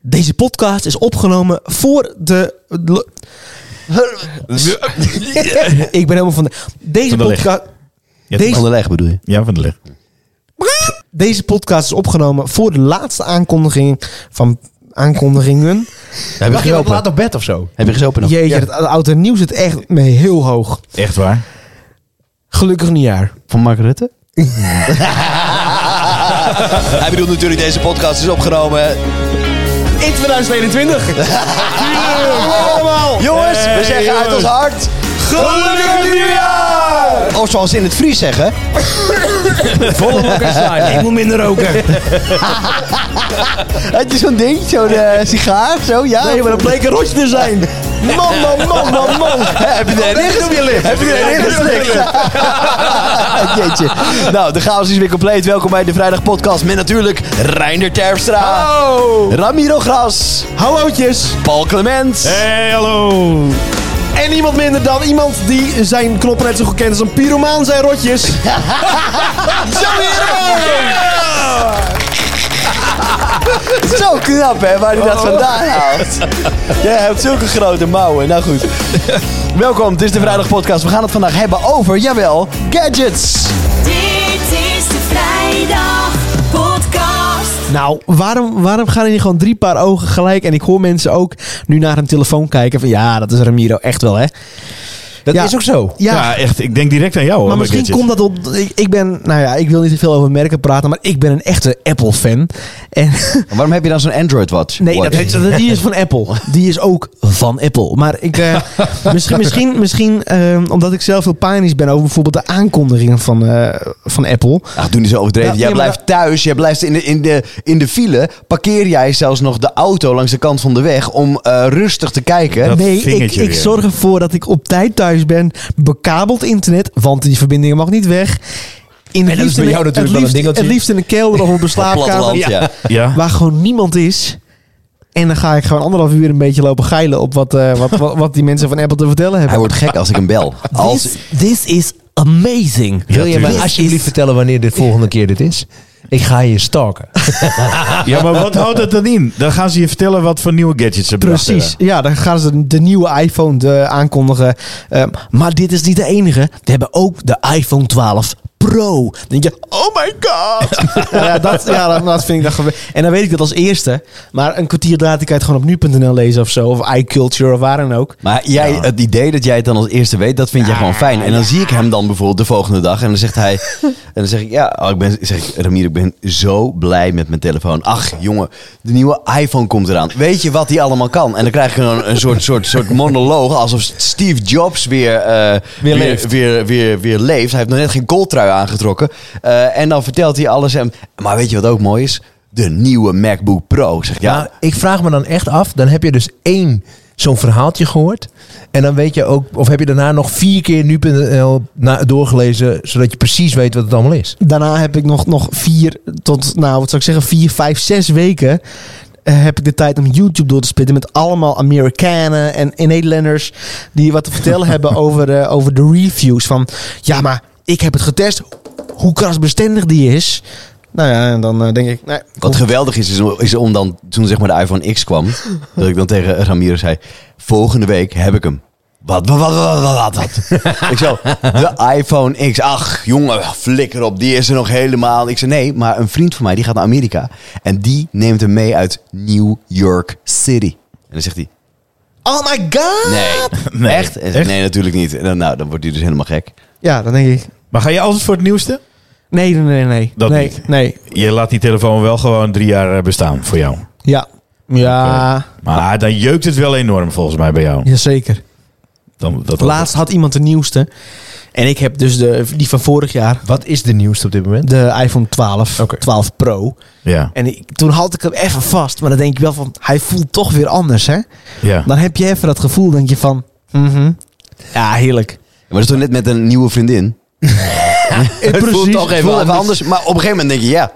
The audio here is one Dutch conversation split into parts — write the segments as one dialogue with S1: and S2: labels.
S1: Deze podcast is opgenomen voor de.
S2: Dus-
S1: ik ben helemaal van. De... Deze
S3: Van de leg.
S1: podcast.
S3: Ja,
S1: Deze-
S2: Van de leg bedoel je?
S3: Ja, van de leg.
S1: Deze podcast is opgenomen voor de laatste aankondiging van aankondigingen.
S2: Heb je
S4: Mag je ook
S2: gezopen?
S4: laat op bed of zo?
S2: Heb je gezopen nog?
S1: Jeetje,
S4: Ja.
S1: het oud en nieuw zit echt mee heel hoog.
S3: Echt waar?
S1: Gelukkig nieuwjaar.
S2: Van Mark Rutte? Hij bedoelt natuurlijk deze podcast is opgenomen.
S1: In 2021. Allemaal.
S2: Jongens, we zeggen uit ons hart.
S1: Gelukkig nieuwjaar!
S2: Of zoals ze in het Fries zeggen.
S1: Volle mokkers zijn. Ik moet minder roken.
S2: Heb je zo'n ding? Zo'n eh, sigaar? Zo, ja?
S1: Nee, maar dat bleek een rotje te zijn. Man, man, man, man, man.
S2: Heb je er erin geslikt? Heb je erin geslikt? Jeetje. Nou, de chaos is weer compleet. Welkom bij de Vrijdag Podcast met natuurlijk Reinder Terpstra,
S1: Oh.
S2: Ramiro Gras,
S1: Hallootjes.
S2: Paul Clement.
S3: Hey, hallo!
S1: En niemand minder dan iemand die zijn knoppen net zo goed kent als een pyromaan zijn rotjes.
S2: Zo knap, hè, waar hij dat vandaan haalt. Jij hebt zulke grote mouwen. Nou goed. Welkom, dit is de Vrijdag Podcast. We gaan het vandaag hebben over, jawel, gadgets.
S5: Dit is de vrijdag podcast.
S1: Nou, waarom, waarom gaan hier gewoon drie paar ogen gelijk? En ik hoor mensen ook nu naar hun telefoon kijken van ja, dat is Ramiro echt wel hè.
S4: Dat
S1: Ja.
S4: is ook zo.
S1: Ja,
S3: Ja. echt. Ik denk direct aan jou. hoor,
S1: maar misschien
S3: Gadget.
S1: komt dat op... Ik, ik ben, nou ja, ik wil niet te veel over merken praten, maar ik ben een echte Apple-fan. En
S2: Waarom heb je dan zo'n Android Watch?
S1: nee, dat, dat- die is van Apple. Die is ook van Apple. Maar ik, eh, misschien, misschien, misschien eh, omdat ik zelf heel panisch ben over bijvoorbeeld de aankondigingen van, eh, van Apple.
S2: Ach, doe niet zo overdreven.
S1: Ja,
S2: jij
S1: nee, maar
S2: blijft thuis, jij blijft in de, in, de, in de file. Parkeer jij zelfs nog de auto langs de kant van de weg om eh, rustig te kijken.
S3: Dat
S1: nee, ik,
S3: vingertje
S1: ik
S3: weer.
S1: zorg ervoor dat ik op tijd thuis ben. Bekabeld internet, want die verbindingen mag niet weg. In
S4: dat is bij jou natuurlijk wel
S1: het
S4: een
S1: liefst,
S4: dingeltje.
S1: Het liefst in een kelder of op een slaapkamer.
S2: platteland, ja.
S3: Ja.
S1: Waar gewoon niemand is. En dan ga ik gewoon anderhalf uur een beetje lopen geilen op wat, eh, wat, wat, wat die mensen van Apple te vertellen
S2: Hij
S1: hebben.
S2: wordt gek als ik hem bel. Als,
S1: This, this is amazing.
S3: Ja,
S4: Wil je me
S3: tuurlijk.
S4: alsjeblieft vertellen wanneer de volgende keer dit is? Ik ga je stalken.
S3: Ja, maar wat houdt dat dan in? Dan gaan ze je vertellen wat voor nieuwe gadgets ze bedacht
S1: Precies.
S3: hebben.
S1: Ja, dan gaan ze de- de nieuwe iPhone eh, aankondigen. Ehm, maar dit is niet de enige. We hebben ook de iPhone 12 Pro. Dan denk je, oh my god. ja, ja, dat, ja, dat, dat vind ik dan gewe- En dan weet ik dat als eerste. Maar een kwartier later kan je het gewoon op nu.nl lezen of zo. Of iCulture of waar dan ook.
S2: maar jij, het idee dat jij het dan als eerste weet, dat vind je gewoon fijn. En dan zie ik hem dan bijvoorbeeld de volgende dag. En dan zegt hij... en dan zeg ik, ja, oh, ik ben, zeg ik, Ramiro, ik ben zo blij met mijn telefoon. Ach, jongen, de nieuwe iPhone komt eraan. Weet je wat die allemaal kan? En dan krijg je dan een soort, soort, soort monoloog. Alsof Steve Jobs weer, eh,
S4: Weer leeft.
S2: weer, weer, weer leeft. Hij heeft nog net geen kooltrui aangetrokken. Eh, en dan vertelt hij alles. En, maar weet je wat ook mooi is? De nieuwe MacBook Pro. Ik Zeg, ja,
S4: Maar ik vraag me dan echt af, dan heb je dus één zo'n verhaaltje gehoord. En dan weet je ook, of heb je daarna nog vier keer nu.nl na- doorgelezen, zodat je precies weet wat het allemaal is.
S1: Daarna heb ik nog, nog vier tot, nou wat zou ik zeggen, vier, vijf, zes weken... eh, heb ik de tijd om YouTube door te spitten met allemaal Amerikanen en Nederlanders... die wat te vertellen hebben over, eh, over de reviews. Van, ja, maar ik heb het getest. Hoe krasbestendig die is. Nou ja, en dan eh, denk ik... Nee,
S2: Wat geweldig is, is om, is om dan, toen zeg maar de iPhone X kwam, dat ik dan tegen Ramiro zei, volgende week heb ik hem. Wat, wat, wat, wat, wat, wat, wat? ik zo, de iPhone X. Ach, jongen, flikker op, die is er nog helemaal. Ik zei, nee, maar een vriend van mij, die gaat naar Amerika. En die neemt hem mee uit New York City. En dan zegt hij,
S1: oh my god!
S2: nee,
S3: Nee,
S2: echt? En hij zegt,
S3: echt?
S2: Nee, natuurlijk niet. En dan, nou, dan wordt hij dus helemaal gek.
S1: Ja, dan denk ik...
S3: Maar ga je altijd voor het nieuwste?
S1: Nee, nee, nee, nee.
S3: Dat
S1: nee,
S3: niet.
S1: nee.
S3: Je laat die telefoon wel gewoon drie jaar eh, bestaan voor jou.
S1: Ja. Ja,
S3: Maar ah, dan jeukt het wel enorm volgens mij bij jou.
S1: jazeker.
S3: Dan, dat
S1: Laatst had iemand de nieuwste. En ik heb dus de, die van vorig jaar.
S4: Wat is de nieuwste op dit moment?
S1: De iPhone 12,
S4: Oké.
S1: 12 Pro.
S3: Ja.
S1: En ik, toen had ik hem even vast. Maar dan denk je wel van, hij voelt toch weer anders, hè?
S3: ja.
S1: Dan heb je even dat gevoel, denk je van... mhm. Ja, heerlijk.
S2: Maar dat is toch net met een nieuwe vriendin? Het voelt toch even, even anders. Maar op een gegeven moment denk je, ja,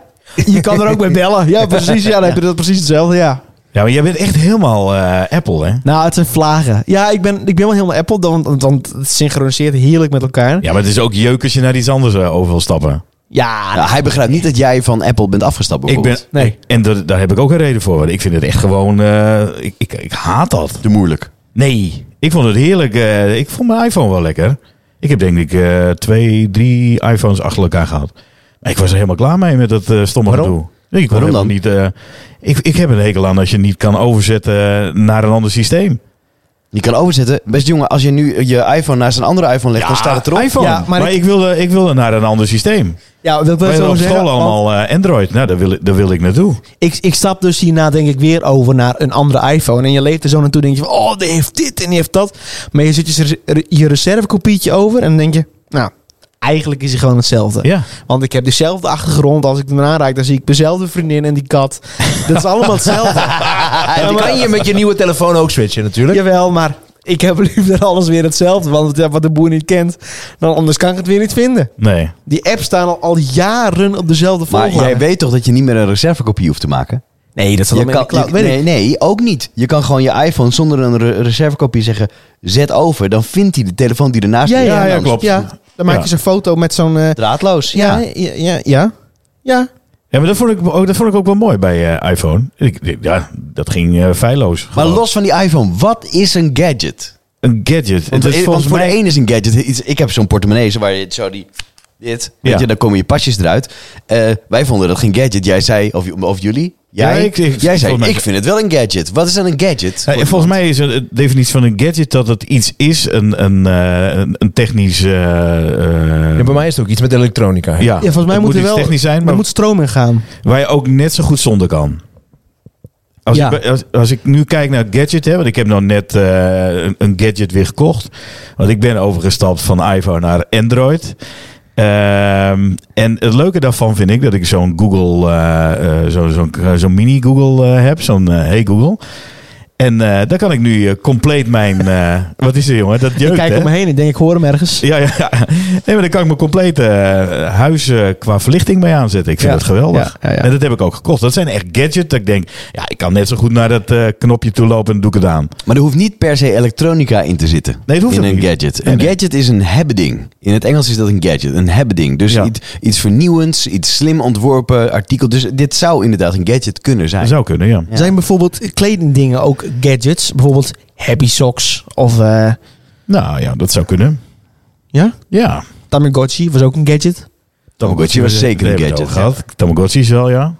S1: Je kan er ook mee bellen. Ja, precies. Ja, dan heb je dat precies hetzelfde, ja.
S3: ja, maar jij bent echt helemaal eh, Apple, hè?
S1: Nou, het zijn vlagen. Ja, ik ben, ik ben wel helemaal Apple, want, want het synchroniseert heerlijk met elkaar.
S3: Ja, maar het is ook jeuk als je naar iets anders eh, over wil stappen.
S1: Ja,
S2: Nou, hij begrijpt niet dat jij van Apple bent afgestapt.
S3: Ik ben,
S2: bijvoorbeeld.
S1: Nee.
S3: En daar- daar heb ik ook een reden voor. want Ik vind het echt gewoon... eh, ik, ik, ik haat dat.
S2: te moeilijk.
S3: Nee, ik vond het heerlijk. eh, ik vond mijn iPhone wel lekker. Ik heb denk ik eh, twee, drie iPhones achter elkaar gehad. Maar ik was er helemaal klaar mee met dat eh, stomme
S4: Waarom?
S3: gedoe. Nee, Ik, kon
S2: Waarom
S3: helemaal Niet, eh, ik, ik heb een hekel aan als je niet kan overzetten naar een ander systeem.
S2: Je kan overzetten. Best jongen, als je nu je iPhone naast een andere iPhone legt, dan staat het erop.
S3: iPhone.
S1: Ja, maar
S3: maar
S1: ik-
S3: ik... wilde, ik wilde naar een ander systeem.
S1: ja wil ik wel
S3: Wij
S1: zo
S3: op
S1: zeggen.
S3: school
S1: want
S3: allemaal eh, Android. Nou, daar wil, ik- daar wil ik naartoe.
S1: Ik, ik stap dus hierna denk ik weer over naar een andere iPhone. En je leeft er zo naartoe denk je van, oh, die heeft dit en die heeft dat. Maar je zit je, res- je reservekopietje over en dan denk je, nou, eigenlijk is hij gewoon hetzelfde.
S3: Ja.
S1: Want ik heb dezelfde achtergrond. Als ik hem aanraak, dan zie ik dezelfde vriendin en die kat. Dat is allemaal hetzelfde.
S4: en die kan je met je nieuwe telefoon ook switchen natuurlijk.
S1: Jawel, maar ik heb liever alles weer hetzelfde. Want ja, wat de boer niet kent, dan anders kan ik het weer niet vinden.
S3: Nee.
S1: Die apps staan al, al jaren op dezelfde
S2: Maar
S1: volgorde.
S2: jij weet toch dat je niet meer een reservekopie hoeft te maken?
S1: nee, dat zal
S2: Je
S1: allemaal in de
S2: kan,
S1: cloud.
S2: je-
S1: Weet ik.
S2: nee, nee, ook niet. Je kan gewoon je iPhone zonder een re- reservekopie zeggen, zet over. Dan vindt hij de telefoon die ernaast
S1: Ja,
S2: ligt.
S1: ja,
S3: Ja, ja,
S1: ja,
S3: klopt.
S1: Ja, dan maak je
S3: Ja.
S1: zo'n foto met zo'n... eh,
S2: Draadloos.
S1: ja, ja, ja, ja. Ja,
S3: Ja, maar dat vond ik ook, dat vond ik ook wel mooi bij eh, iPhone. Ik, ik- ja, dat ging eh, feilloos.
S2: Maar
S3: gewoon.
S2: los van die iPhone, wat is een gadget?
S3: Een gadget.
S2: Want,
S3: Het is
S2: want
S3: volgens
S2: voor
S3: mij...
S2: de een is een gadget. Iets, ik heb zo'n portemonnee zo waar je zo die... Dit, weet
S3: Ja.
S2: je, dan komen je pasjes eruit. Eh, wij vonden dat geen gadget. Jij zei, of, of jullie,
S3: Ja,
S2: jij,
S3: ik- ik-
S2: jij zei,
S3: volgens mij-
S2: ik vind het wel een gadget. Wat is dan een gadget?
S3: Ja, en volgens mij is een- de definitie van een gadget dat het iets is, een, een, eh, een- een technisch... eh, eh,
S4: Ja, bij mij is het ook iets met elektronica.
S3: ja,
S1: ja, volgens mij
S3: het
S1: moet er
S3: iets
S1: wel...
S3: technisch zijn,
S1: Er
S3: maar
S1: moet stroom in gaan.
S3: waar je ook net zo goed zonder kan. Als,
S1: Ja.
S3: ik, als, als ik nu kijk naar het gadget, hè, want ik heb nou net eh, een, een gadget weer gekocht. Want ik ben overgestapt van iPhone naar Android. Ehm, en het leuke daarvan vind ik dat ik zo'n Google, eh, eh, zo, zo'n zo'n mini Google eh, heb, zo'n eh, Hey Google. En eh, daar kan ik nu eh, compleet mijn, eh, wat is er jongen, dat
S1: Ik
S3: jeukt
S1: kijk
S3: hè?
S1: om me heen en denk, ik hoor hem ergens.
S3: Ja, ja, ja. Nee, maar dan kan ik mijn complete eh, huis eh, qua verlichting mee aanzetten. Ik vind
S1: Ja.
S3: dat geweldig.
S1: Ja, ja, ja.
S3: En dat heb ik ook gekocht. Dat zijn echt gadgets. Dat ik denk, ja, ik kan net zo goed naar dat eh, knopje toe lopen en doe ik het aan.
S2: Maar er hoeft niet per se elektronica in te zitten.
S3: Nee, het hoeft
S2: in
S3: ook
S2: een
S3: niet.
S2: gadget.
S3: Nee,
S2: een
S3: nee.
S2: gadget is een hebbeding. In het Engels is dat een gadget, een hebbeding. Dus
S3: Ja.
S2: iets, iets vernieuwends, iets slim ontworpen artikel. Dus dit zou inderdaad een gadget kunnen zijn.
S3: Dat zou kunnen, ja.
S2: Ja.
S1: Zijn bijvoorbeeld kledingdingen ook gadgets? Bijvoorbeeld happy socks of... eh,
S3: Nou ja, dat zou kunnen.
S1: ja?
S3: Ja.
S1: Tamagotchi was ook een gadget.
S2: Tamagotchi was zeker een
S3: Daar hebben we
S2: gadget.
S3: het over gehad. Tamagotchi is wel, ja.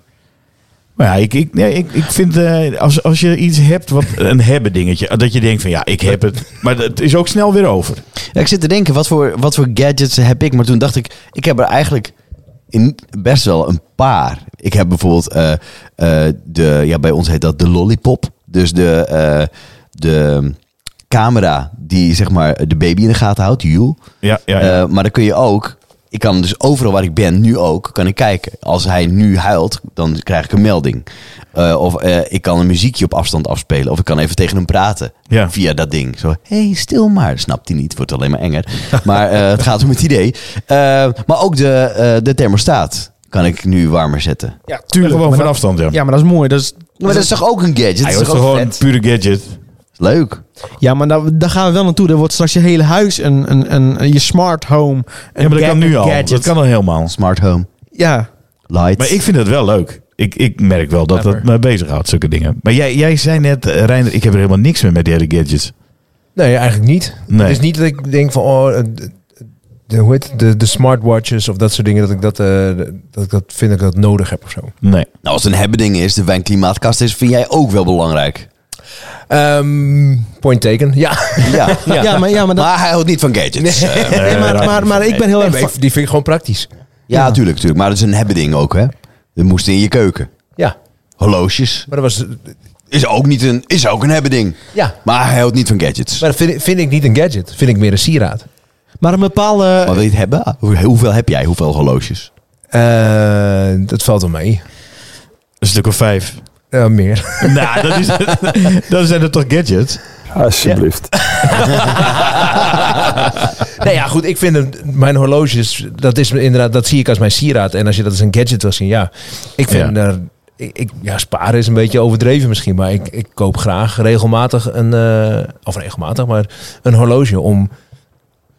S3: Maar ja, ik, ik, nee, ik, ik vind eh, als, als je iets hebt, wat, een hebben dingetje, dat je denkt van ja, ik heb het. Maar het is ook snel weer over.
S2: Ja, ik zit te denken, wat voor, wat voor gadgets heb ik? Maar toen dacht ik, ik heb er eigenlijk in best wel een paar. Ik heb bijvoorbeeld, eh, eh, de, ja, bij ons heet dat de lollipop. Dus de, eh, de camera die zeg maar de baby in de gaten houdt, Jules.
S3: Ja, ja, ja.
S2: Eh, maar dan kun je ook. Ik kan dus overal waar ik ben, nu ook, kan ik kijken. Als hij nu huilt, dan krijg ik een melding. Eh, of eh, ik kan een muziekje op afstand afspelen. Of ik kan even tegen hem praten.
S3: Ja.
S2: Via dat ding. Zo, hey, stil maar. Snapt hij niet, wordt alleen maar enger. Maar eh, het gaat om het idee. Eh, maar ook de, eh, de thermostaat kan ik nu warmer zetten.
S1: Ja,
S3: Gewoon
S1: Maar
S3: van
S1: dat-
S3: afstand, ja.
S1: Ja, maar dat is mooi. Dat is,
S2: Maar dat is toch ook een gadget?
S3: Hij
S2: dat
S3: was
S2: is toch ook
S3: gewoon
S2: vet?
S3: pure gadget.
S2: Leuk.
S1: ja, maar daar, daar gaan we wel naartoe. Daar wordt straks je hele huis een, een, een, je smart home. Een
S3: Ja, maar dat
S1: ga-
S3: kan nu
S1: een
S3: al.
S1: gadget.
S3: Dat kan al helemaal.
S2: Smart home.
S1: Ja.
S2: Lights.
S3: Maar ik vind het wel leuk. Ik, ik merk wel dat dat
S1: Clever.
S3: me bezighoudt, zulke dingen. Maar jij, jij zei net, eh, Reiner, ik heb er helemaal niks meer met die hele gadgets.
S4: Nee, eigenlijk niet.
S3: Nee.
S4: Het is niet dat ik denk van, oh, eh, de- de, hoe heet het? de, de smartwatches of dat soort dingen, dat ik dat, eh, dat ik dat vind dat ik dat nodig heb of zo.
S3: Nee.
S2: Nou, als het een hebbeding is, de wijnklimaatkast is, vind jij ook wel belangrijk.
S4: Ehm, point taken, ja.
S2: Ja.
S1: Ja. maar, ja, maar, dat,
S2: Maar hij houdt niet van gadgets. Eh,
S1: Nee, maar, maar, maar, ik ben heel
S4: Nee,
S1: erg...
S4: maar ik- die vind ik gewoon praktisch.
S2: ja, tuurlijk, tuurlijk. Maar dat is een hebbeding ook, hè? Dat moest in je keuken.
S4: Ja,
S2: Horloges
S4: maar dat, was,
S2: is ook, niet een, is ook een hebbeding.
S4: ja.
S2: Maar hij houdt niet van gadgets.
S4: Maar dat vind, ik- vind ik niet een gadget, vind ik meer een sieraad.
S1: Maar een bepaalde...
S2: Maar wil je het hebben? Hoe- Hoeveel heb jij? Hoeveel horloges?
S4: Eh, dat valt wel mee.
S3: Een stuk of vijf.
S4: Eh, meer.
S3: nou, dat, is, dat zijn er toch gadgets?
S6: Alsjeblieft.
S4: nee, ja, goed. Ik vind het- mijn horloges, dat is inderdaad, dat zie ik als mijn sieraad. En als je dat als een gadget wil zien, ja. Ik vind,
S3: Ja.
S4: ja. ik, ik- ja, sparen is een beetje overdreven misschien. Maar ik, ik koop graag regelmatig een, eh, of regelmatig, maar een horloge om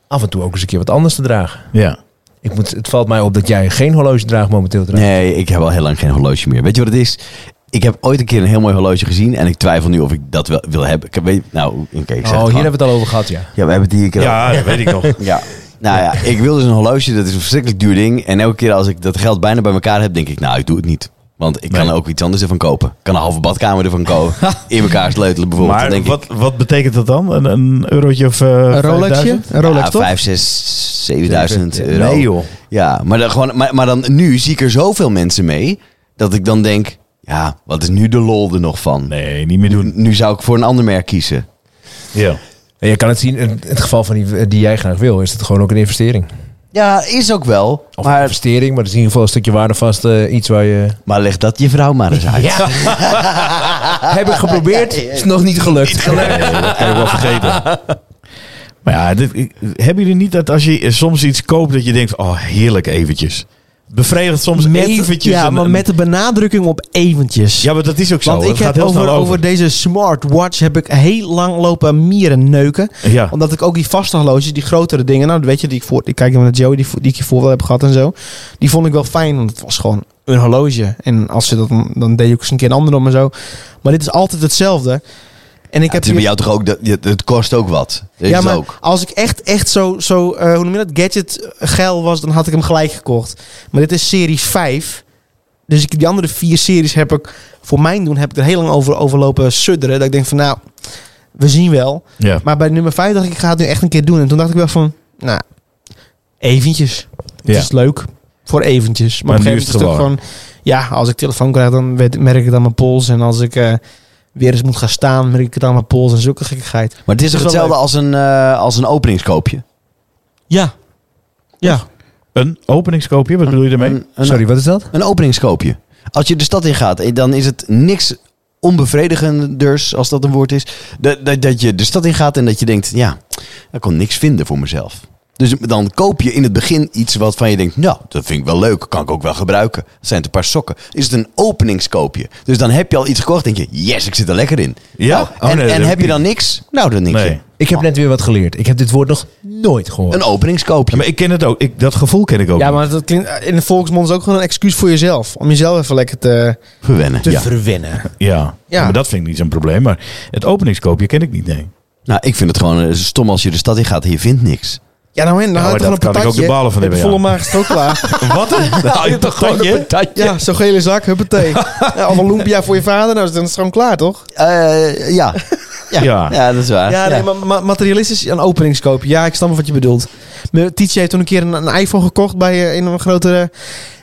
S4: af en toe ook eens een keer wat anders te dragen.
S3: Ja.
S4: Ik moet, het valt mij op dat jij geen horloge draagt momenteel. trouwens.
S2: Nee, ik heb al heel lang geen horloge meer. Weet je wat het is? Ik heb ooit een keer een heel mooi horloge gezien en ik twijfel nu of ik dat wel wil hebben. Ik heb- weet, nou, oké, ik zeg
S4: oh,
S2: het
S4: hier
S2: gewoon.
S4: hebben we het al over gehad, ja.
S2: Ja, we hebben het hier een keer over.
S3: Ja, dat weet ik nog.
S2: Ja. Nou ja, ik wil dus een horloge. Dat is een verschrikkelijk duur ding. En elke keer als ik dat geld bijna bij elkaar heb, denk ik, nou, ik doe het niet. Want ik kan
S3: Nee.
S2: ook iets anders ervan kopen. Ik kan een halve badkamer ervan kopen. In elkaar sleutelen bijvoorbeeld. Dan
S3: Maar
S2: denk ik,
S3: wat, wat betekent dat dan? Een, een eurotje of eh
S1: Een Rolexje?
S3: 5000?
S1: Een Rolex,
S2: ja,
S1: toch?
S2: 5, 6, 7000
S4: Nee,
S2: euro.
S3: joh.
S2: Ja, maar dan, gewoon, maar, maar dan nu zie ik er zoveel mensen mee. Dat ik dan denk, ja, wat is nu de lol er nog van?
S3: Nee, niet meer doen.
S2: Nu zou ik voor een ander merk kiezen.
S3: Ja.
S4: En je kan het zien, in het geval van die, die jij graag wil, is het gewoon ook een investering.
S2: Ja, is ook wel.
S4: Of een
S2: Maar,
S4: investering, maar het is in ieder geval een stukje waardevast eh, iets waar je...
S2: maar leg dat je vrouw maar eens uit.
S4: Ja. Heb ik geprobeerd, is nog niet gelukt.
S3: Nee, dat kan ik wel vergeten. Maar ja, dit, ik- hebben jullie niet dat als je soms iets koopt dat je denkt, oh heerlijk eventjes. Bevredigt soms eventjes.
S1: ja,
S3: een-
S1: maar
S3: een-
S1: met de benadrukking op eventjes.
S3: ja, maar dat is ook zo.
S1: Want
S3: dat
S1: ik heb
S3: gaat heel
S1: over,
S3: snel
S1: over.
S3: over.
S1: deze smartwatch heb ik heel lang lopen mieren neuken.
S3: Ja.
S1: Omdat ik ook die vaste horloges, die grotere dingen, nou weet je, die ik voor, ik kijk dan naar Joey, die, vo- die ik hiervoor wel heb gehad en zo. Die vond ik wel fijn, want het was gewoon een horloge. En als ze dat, dan deed je ook eens een keer een ander om en zo. Maar dit is altijd hetzelfde. En ik
S2: het
S1: heb
S2: is bij
S1: hier-
S2: jou toch ook, dat, je- het kost ook wat. Dat
S1: ja,
S2: is
S1: maar
S2: dus ook.
S1: als ik echt, echt zo, zo eh, hoe noem je dat, gadget eh, geil was, dan had ik hem gelijk gekocht. Maar dit is series 5. Dus ik, die andere vier series heb ik, voor mijn doen, heb ik er heel lang over overlopen sudderen. Dat ik denk van, nou, we zien wel.
S3: Ja.
S1: Maar bij nummer 5 dacht ik, ik ga het nu echt een keer doen. En toen dacht ik wel van, nou, eventjes. Het
S3: Ja.
S1: is leuk, voor eventjes. Maar,
S3: Maar
S1: op een
S3: nu
S1: gegeven moment is
S3: is het
S1: het ook gewoon, ja, als ik telefoon krijg, dan weet- merk ik dan mijn pols. En als ik... eh, Weer eens moet gaan staan, merk ik dan mijn pols en zulke gekkigheid.
S2: Maar het is
S1: Dat
S2: toch
S1: is wel
S2: hetzelfde als een, eh, als een openingskoopje?
S1: Ja. Ja.
S3: Een openingskoopje, wat bedoel je daarmee?
S2: Een, een,
S4: Sorry, wat is dat?
S2: een openingskoopje. Als je de stad in gaat, eh, dan is het niks onbevredigenders, als dat een woord is. Dat, dat, dat je de stad in gaat en dat je denkt, ja, ik kon niks vinden voor mezelf. Dus dan koop je in het begin iets wat van je denkt, nou, dat vind ik wel leuk, kan ik ook wel gebruiken. Dat zijn het een paar sokken. Is het een openingskoopje? Dus dan heb je al iets gekocht, denk je, yes, ik zit er lekker in.
S3: Ja?
S2: Nou,
S3: Oh,
S2: en
S3: nee, dat
S2: en
S3: heb
S2: heb
S3: ik
S2: je dan niks? Nou, dan niks.
S3: Nee.
S4: Ik heb net weer wat geleerd. Ik heb dit woord nog nooit gehoord.
S2: Een openingskoopje.
S3: Ja, maar ik ken het ook. Ik, dat gevoel ken ik ook.
S1: Ja, maar dat klinkt in de volksmond is ook gewoon een excuus voor jezelf. Om jezelf even lekker te,
S2: Verwennen.
S1: te
S2: ja.
S1: verwennen.
S3: Ja.
S1: Ja.
S3: maar dat vind ik niet zo'n probleem. Maar het openingskoopje ken ik niet, nee.
S2: Nou, ik vind het gewoon eh, stom als je de stad in gaat en je vindt niks.
S1: Ja, nou en dan
S3: maar
S1: had je
S3: dat
S1: gewoon een
S3: kan ik ook
S1: patatje.
S3: de balen van
S1: Heb
S3: hebben,
S1: Volle
S3: ja.
S1: maag is het ook klaar.
S3: Wat? Nou, je toch gewoon je?
S1: ja, zo'n gele zak, huppatee. ja, of een lumpia voor je vader, nou dan is het gewoon klaar, toch?
S2: Eh, ja. ja.
S3: Ja.
S2: ja. dat is waar.
S1: Ja, nee, maar ma- materialistisch een openingskoop. Ja, ik snap wel wat je bedoelt. Mijn teacher heeft toen een keer een, een iPhone gekocht bij eh, in een grotere...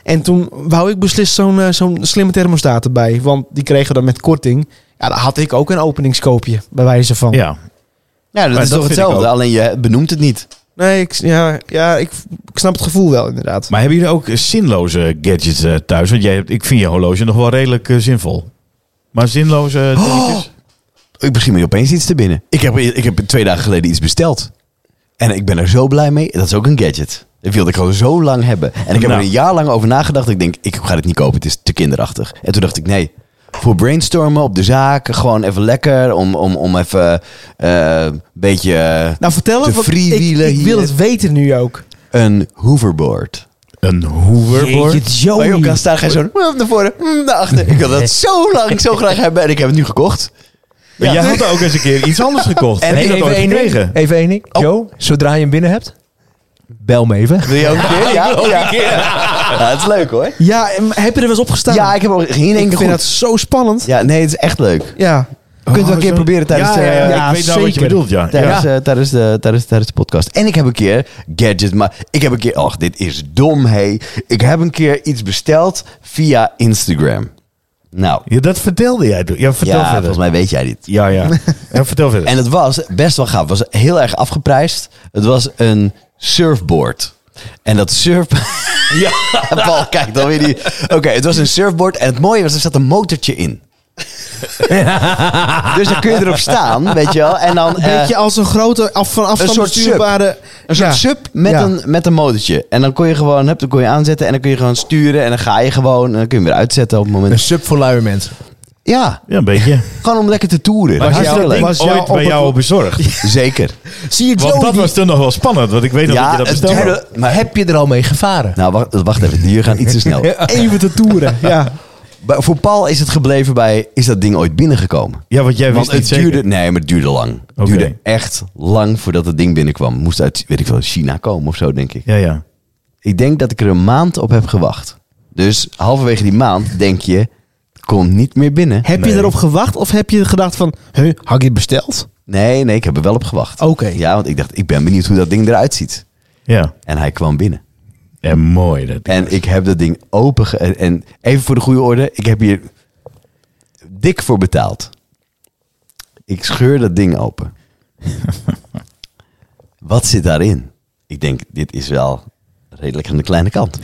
S1: En toen wou ik beslist zo'n eh, zo'n slimme thermostaat erbij. Want die kregen we dan met korting. Ja, daar had ik ook een openingskoopje, bij wijze van.
S3: Ja.
S2: Ja, dat
S3: Maar
S2: is toch
S3: dat vind ik
S2: hetzelfde,
S3: ook.
S2: alleen je benoemt het niet.
S1: Nee, ik, ja, ja ik, ik snap het gevoel wel, inderdaad.
S3: Maar hebben jullie ook eh, zinloze gadgets eh, thuis? Want jij, hebt- ik vind je horloge nog wel redelijk eh, zinvol. Maar zinloze dingetjes?
S2: Ik begin me opeens iets te binnen. Ik heb, ik heb twee dagen geleden iets besteld. En ik ben er zo blij mee. Dat is ook een gadget. Dat wilde ik al zo lang hebben. En ik heb
S3: Nou.
S2: er een jaar lang over nagedacht. Ik denk, ik ga dit niet kopen. Het is te kinderachtig. En toen dacht ik, nee. Voor brainstormen op de zaak. Gewoon even lekker. Om, om, om even eh, een beetje eh,
S1: Nou, vertel
S2: te
S1: het, want ik,
S2: freewheelen
S1: ik wil
S2: hier.
S1: het weten nu ook.
S2: een hoverboard.
S3: Een hoverboard?
S1: Oh.
S2: Waar je op kan staan, ga je zo mm, naar voren, mm, naar achter. Ik wil dat zo lang, zo graag hebben. En ik heb het nu gekocht.
S3: Maar Jij had ook eens een keer iets anders gekocht.
S2: En
S3: Heb je
S4: Hey,
S3: dat ooit
S4: één ding.
S3: gekregen?
S4: Even één ding. Jo, zodra je hem binnen hebt, bel me even.
S2: Wil je ook een keer? Ja, ja. Ja, het is leuk hoor.
S1: Ja, en heb je er wel eens op gestaan?
S2: Ja, ik heb ook geen
S1: ik
S2: enkele
S1: vind
S2: goed.
S1: dat zo spannend. Ja.
S2: Ja, nee, het is echt leuk. Je kunt het wel een keer
S3: zo.
S2: proberen tijdens,
S3: Ja,
S2: de-
S3: ja, ja,
S1: ja,
S3: ik weet nou wat je
S1: zeker.
S3: bedoelt, ja.
S2: Tijdens,
S3: Ja.
S2: eh, tijdens, de, tijdens, tijdens de podcast. En ik heb een keer gadget, maar ik heb een keer. Och, dit is dom, hé. Ik heb een keer iets besteld via Instagram. Nou,
S3: Ja, dat vertelde jij. toen. Ja, vertel
S2: ja,
S3: verder.
S2: volgens mij weet jij dit.
S3: Ja, ja. ja. Vertel verder.
S2: En het was best wel gaaf. Het was heel erg afgeprijsd. Het was een surfboard. En dat surf... Ja. Paul, kijk dan weer die... Oké, het was een surfboard. En het mooie was, er zat een motortje in. dus dan kun je erop staan, weet je wel. En dan...
S1: Een
S2: eh,
S1: beetje als een grote, af, van afstand
S2: soort sub.
S1: bestuurbare...
S2: een soort sub met,
S1: Ja.
S2: een, met een motortje. En dan kon je gewoon, hup, dan kon je aanzetten en dan kun je gewoon sturen. En dan ga je gewoon en dan kun je hem weer uitzetten op het moment.
S4: Een sub voor luie mensen.
S2: Ja,
S3: Ja, een beetje.
S2: gewoon om lekker te toeren.
S1: Was
S2: Hartstikke
S1: jou-
S2: leuk.
S1: was- jou
S3: Ooit
S1: op
S3: bij
S1: het-
S3: jou bezorgd.
S2: Zeker.
S1: Zie je
S3: Want
S1: Joey?
S3: dat
S1: die-
S3: was toen nog wel spannend. Want ik weet nog dat je dat
S2: het
S3: bestelde.
S2: duurde-
S4: Maar
S2: maar,
S4: heb je er al mee gevaren?
S2: nou, wacht, wacht even. Die gaan iets te snel.
S1: Even te toeren, ja.
S2: Maar voor Paul is het gebleven bij... Is dat ding ooit binnengekomen?
S3: Ja, want jij
S2: Want
S3: wist niet
S2: het
S3: zeker.
S2: duurde, nee, maar het duurde lang. Het
S3: Oké.
S2: duurde echt lang voordat het ding binnenkwam. Moest uit, weet ik wel, China komen of zo, denk ik.
S3: Ja, ja.
S2: Ik denk dat ik er een maand op heb gewacht. Dus halverwege die maand denk je, het komt niet meer binnen.
S1: Heb je erop gewacht of heb je gedacht van, huh, had ik dit besteld?
S2: Nee, nee, ik heb er wel op gewacht.
S1: Oké.
S2: Ja, want ik dacht, ik ben benieuwd hoe dat ding eruit ziet.
S3: Ja.
S2: En hij kwam binnen.
S3: En mooi. Dat
S2: En ik heb dat ding open. ge- en- en even voor de goede orde, ik heb hier dik voor betaald. Ik scheur dat ding open. Wat zit daarin? Ik denk, dit is wel redelijk aan de kleine kant.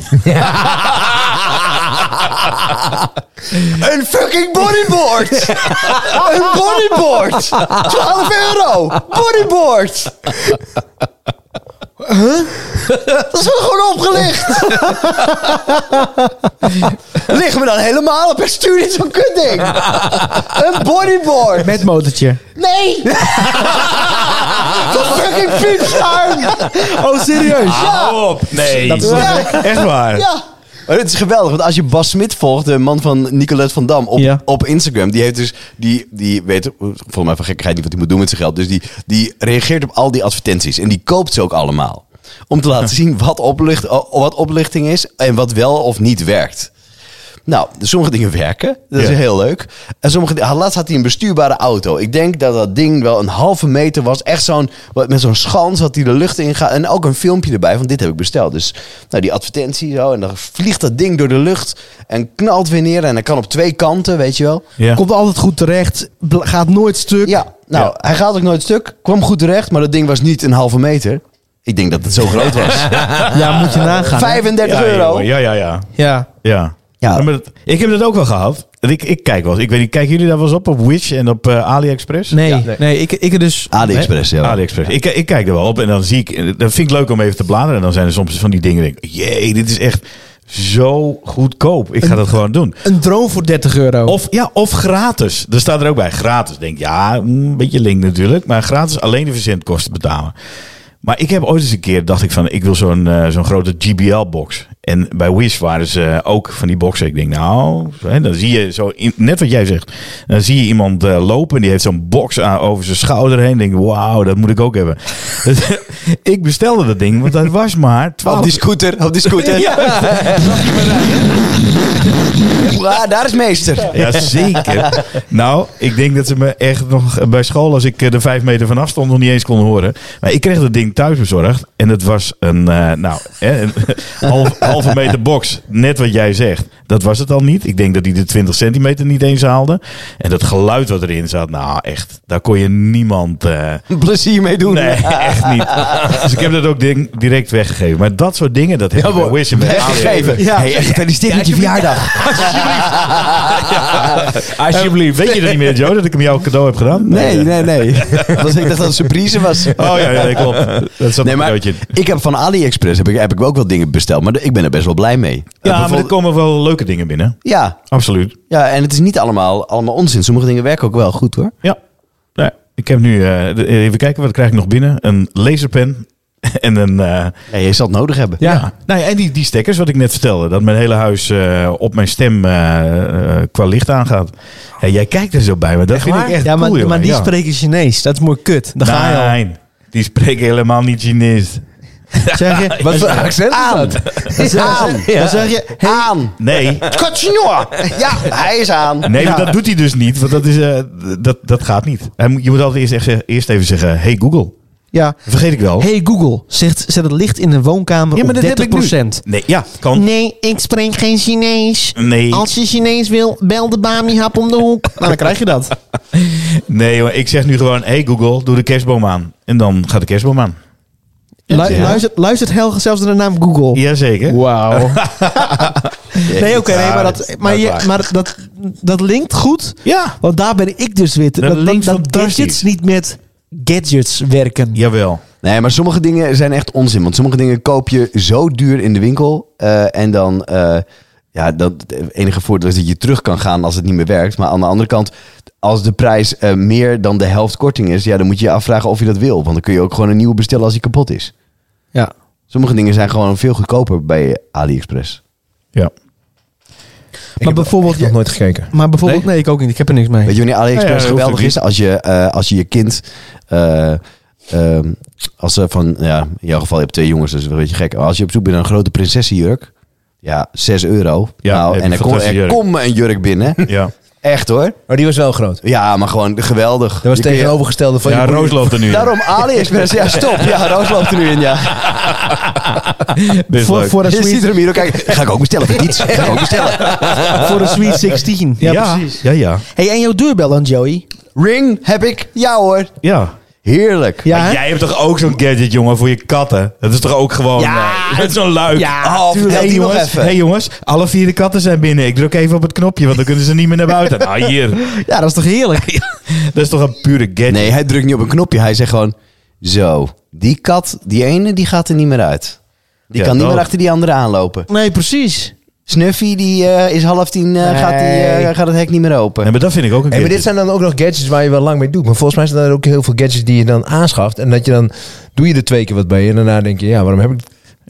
S2: Een fucking bodyboard! Een bodyboard! 12 euro! Bodyboard! Dat is wel gewoon opgelicht. Liggen we dan helemaal op een stuur in zo'n kutding? Een bodyboard.
S1: Met motortje.
S2: Nee! Dat fucking piepschuim!
S1: Oh, serieus?
S2: Ja!
S3: op. Nee.
S1: Dat is
S2: Ja.
S3: Echt waar.
S2: Ja! Maar het Oh, is geweldig, want als je Bas Smit volgt, de man van Nicolette van Dam, op,
S1: Ja.
S2: op Instagram, die heeft dus, die, die weet volgens mij van gekkigheid niet wat hij moet doen met zijn geld, dus die, die reageert op al die advertenties en die koopt ze ook allemaal. Om te laten zien wat, oplicht, o- wat oplichting is en wat wel of niet werkt. Nou, sommige dingen werken. Dat is
S3: Ja.
S2: heel leuk. En sommige dingen. Laatst had hij een bestuurbare auto. Ik denk dat dat ding wel een halve meter was. Echt zo'n. wat- Met zo'n schans had hij de lucht ingaat. En ook een filmpje erbij van dit heb ik besteld. Dus nou, die advertentie zo. En dan vliegt dat ding door de lucht. En knalt weer neer. En hij kan op twee kanten, weet je wel.
S3: Ja.
S1: Komt altijd goed terecht, bl- gaat nooit stuk.
S2: Ja, nou,
S3: Ja.
S2: hij gaat ook nooit stuk. Kwam goed terecht. Maar dat ding was niet een halve meter. Ik denk dat het zo groot was.
S1: Ja, moet je nagaan. hè?
S2: 35
S3: Ja,
S2: euro.
S3: joh. Ja, ja, ja.
S1: Ja.
S3: Ja.
S2: Ja.
S3: Maar dat- ik heb dat ook wel gehad. Ik, ik kijk wel eens. Ik weet niet, kijken jullie daar wel eens op? Op Wish en op eh, AliExpress?
S1: Nee,
S2: Ja.
S1: nee. ik, ik dus...
S2: AliExpress, ja.
S3: AliExpress. Ik, ik kijk er wel op en dan zie ik... Dat vind ik leuk om even te bladeren. En dan zijn er soms van die dingen... Denk, ik, jee, dit is echt zo goedkoop. Ik ga dat gewoon doen.
S1: Een drone voor 30 euro.
S3: Of, ja, of gratis. Er staat er ook bij. Gratis. Denk ja, mm, een beetje link natuurlijk. Maar gratis alleen de verzendkosten betalen. Maar ik heb ooit eens een keer, dacht ik van, ik wil zo'n eh, zo'n grote GBL-box. En bij Wish waren ze eh, ook van die boxen. Ik denk, nou, hè, dan zie je zo, in- net wat jij zegt, dan zie je iemand eh, lopen en die heeft zo'n box aan, over zijn schouder heen. Ik denk, wauw, dat moet ik ook hebben. Dus, ik bestelde dat ding, want dat was maar 12
S2: Op die scooter. Op die scooter. Ja, daar is meester.
S3: Ja, zeker. nou, ik denk dat ze me echt nog bij school, als ik eh, er vijf meter vanaf stond, nog niet eens kon horen. Maar ik kreeg dat ding thuis bezorgd. En het was een, eh, nou, hè, een half, halve meter box. Net wat jij zegt. Dat was het al niet. Ik denk dat hij de 20 centimeter niet eens haalde. En dat geluid wat erin zat, nou echt, daar kon je niemand... eh,
S2: plezier mee doen.
S3: Nee, echt niet. Dus ik heb dat ook ding direct weggegeven. Maar dat soort dingen, dat heb ik bij Wish en bij
S2: Weggegeven.
S3: AliExpress.
S2: Ja. Hey, echt gefeliciteerd met je verjaardag.
S3: Alsjeblieft. Weet je dat niet meer, Joe, dat ik hem jou cadeau heb gedaan?
S2: Nee, nee, nee. Dat was, ik dacht dat het een surprise was.
S3: Oh ja, ja, klopt. Dat zat
S2: Nee,
S3: een
S2: maar
S3: cadeautje.
S2: ik heb van AliExpress heb ik, heb ik ook wel dingen besteld. Maar ik ben er best wel blij mee.
S3: Ja, maar er
S2: Bijvoorbeeld-
S3: komen wel leuke dingen binnen.
S2: ja,
S3: Absoluut.
S2: ja, en het is niet allemaal, allemaal onzin. Sommige dingen werken ook wel goed hoor.
S3: Ja. Nou, ik heb nu, eh, de- even kijken, wat krijg ik nog binnen? Een laserpen en een... eh,
S2: Ja, je zal het nodig hebben.
S3: ja. Nou ja, en die, die stekkers wat ik net vertelde. Dat mijn hele huis eh, op mijn stem eh, eh, qua licht aangaat. Hé, jij kijkt er zo bij, maar dat vind ik echt
S1: ja, maar,
S3: cool. jongen.
S1: maar die
S3: Ja.
S1: spreken Chinees. Dat is mooi kut. Nou, Daar ga je al.
S3: Nee, die spreken helemaal niet Chinees.
S1: Zeg je,
S4: Wat voor accent is dat?
S1: dan zeg je, dan zeg je hey,
S2: Aan.
S3: Nee,
S2: Kotsjonor. Ja, hij is aan.
S3: nee maar dat doet hij dus niet. Want dat, is, eh, dat, dat gaat niet. Hij moet- Je moet altijd eerst, echt zeggen- eerst even zeggen, hey Google.
S1: ja,
S3: Dat vergeet ik wel.
S1: hey Google, zegt, zet het licht in de woonkamer op 30%.
S3: Nee, ja, kan.
S1: Nee, ik spreek geen Chinees.
S3: Nee,
S1: Als je Chinees wil, bel de Bami-hap om de hoek. Nou, dan krijg je dat.
S3: nee maar ik zeg nu gewoon, hey Google, doe de kerstboom aan. En dan gaat de kerstboom aan.
S1: Lu- luistert, luistert Helge zelfs naar de naam Google?
S3: Jazeker.
S1: Wauw. Nee, oké, nee, maar,
S3: dat
S1: dat,
S3: is
S1: maar, je,
S3: uiteraard.
S1: maar dat, dat linkt goed.
S3: Ja.
S1: Want daar ben ik dus weer. te-
S3: Dat
S1: Dat, dat,
S3: linkt
S1: dat
S3: fantastisch.
S1: gadgets niet met gadgets werken.
S3: Jawel.
S2: Nee, maar sommige dingen zijn echt onzin. Want sommige dingen koop je zo duur in de winkel. eh, en dan eh, Ja, dat, het enige voordeel is dat je terug kan gaan als het niet meer werkt. Maar aan de andere kant, als de prijs eh, meer dan de helft korting is, ja, dan moet je je afvragen of je dat wil. Want dan kun je ook gewoon een nieuwe bestellen als die kapot is.
S1: Ja.
S2: Sommige dingen zijn gewoon veel goedkoper bij AliExpress.
S3: Ja.
S1: Maar bijvoorbeeld,
S4: Echt nog nooit gekeken.
S1: maar bijvoorbeeld, nee? ik ook niet. Ik heb er niks mee.
S2: Weet je wanneer
S3: Ja, ja,
S2: AliExpress
S3: dat hoeft ook
S2: geweldig
S3: niet.
S2: is? Als je, eh, als je je kind... eh, ehm, als ze van... Ja, in jouw geval, je hebt twee jongens, dus dat is een beetje gek. Maar als je op zoek bent naar een grote prinsessenjurk... Ja, 6 euro.
S3: Ja,
S2: nou,
S3: heb
S2: en
S3: je
S2: er
S3: een
S2: komt
S3: fantastische
S2: er
S3: jurk.
S2: kom een jurk binnen.
S3: Ja,
S2: Echt hoor.
S4: Maar Oh, die was wel groot.
S2: Ja, maar gewoon geweldig.
S4: Dat was
S2: Die kun je-
S4: tegenovergestelde van
S3: ja
S4: je broer.
S3: Roos loopt er nu in.
S2: Daarom AliExpress. Ja, stop. Ja, Roos loopt er nu in, ja.
S3: Dit is
S1: voor,
S3: leuk.
S1: voor, een
S2: Je ziet
S1: sweet,
S2: hem hier ook. Kijk, ga ik ook bestellen voor iets. Ga ik ook bestellen.
S1: voor een Sweet 16.
S3: ja, ja, precies. Ja, ja.
S1: Hey, en jouw deurbel dan, Joey?
S2: Ring heb ik. Ja hoor.
S3: ja.
S2: Heerlijk.
S1: Ja,
S3: Maar
S1: hè?
S3: jij hebt toch ook zo'n gadget, jongen, voor je katten? Dat is toch ook gewoon...
S1: Ja,
S3: eh, met zo'n luik.
S1: ja,
S2: Oh,
S3: Tuurlijk.
S2: vertel
S3: hey,
S2: die nog
S3: jongens,
S2: even.
S3: hey jongens, alle vier de katten zijn binnen. Ik druk even op het knopje, want dan kunnen ze niet meer naar buiten. Nou, hier.
S1: ja, dat is toch heerlijk?
S3: Dat is toch een pure gadget.
S2: Nee, hij drukt niet op een knopje. Hij zegt gewoon... Zo, die kat, die ene, die gaat er niet meer uit. Die
S3: Ja,
S2: kan niet
S3: dat.
S2: meer achter die andere aanlopen.
S1: Nee, precies.
S2: Snuffy, die eh, is half tien, eh, gaat, die, eh,
S1: Nee.
S2: gaat het hek niet meer open.
S3: Nee, maar dat vind ik ook een
S4: Hey, maar
S3: gadget.
S2: dus-
S4: dit zijn dan ook nog gadgets waar je wel lang mee doet. Maar volgens mij zijn er ook heel veel gadgets die je dan aanschaft. En dat je dan, doe je er twee keer wat bij. En daarna denk je, ja, waarom heb ik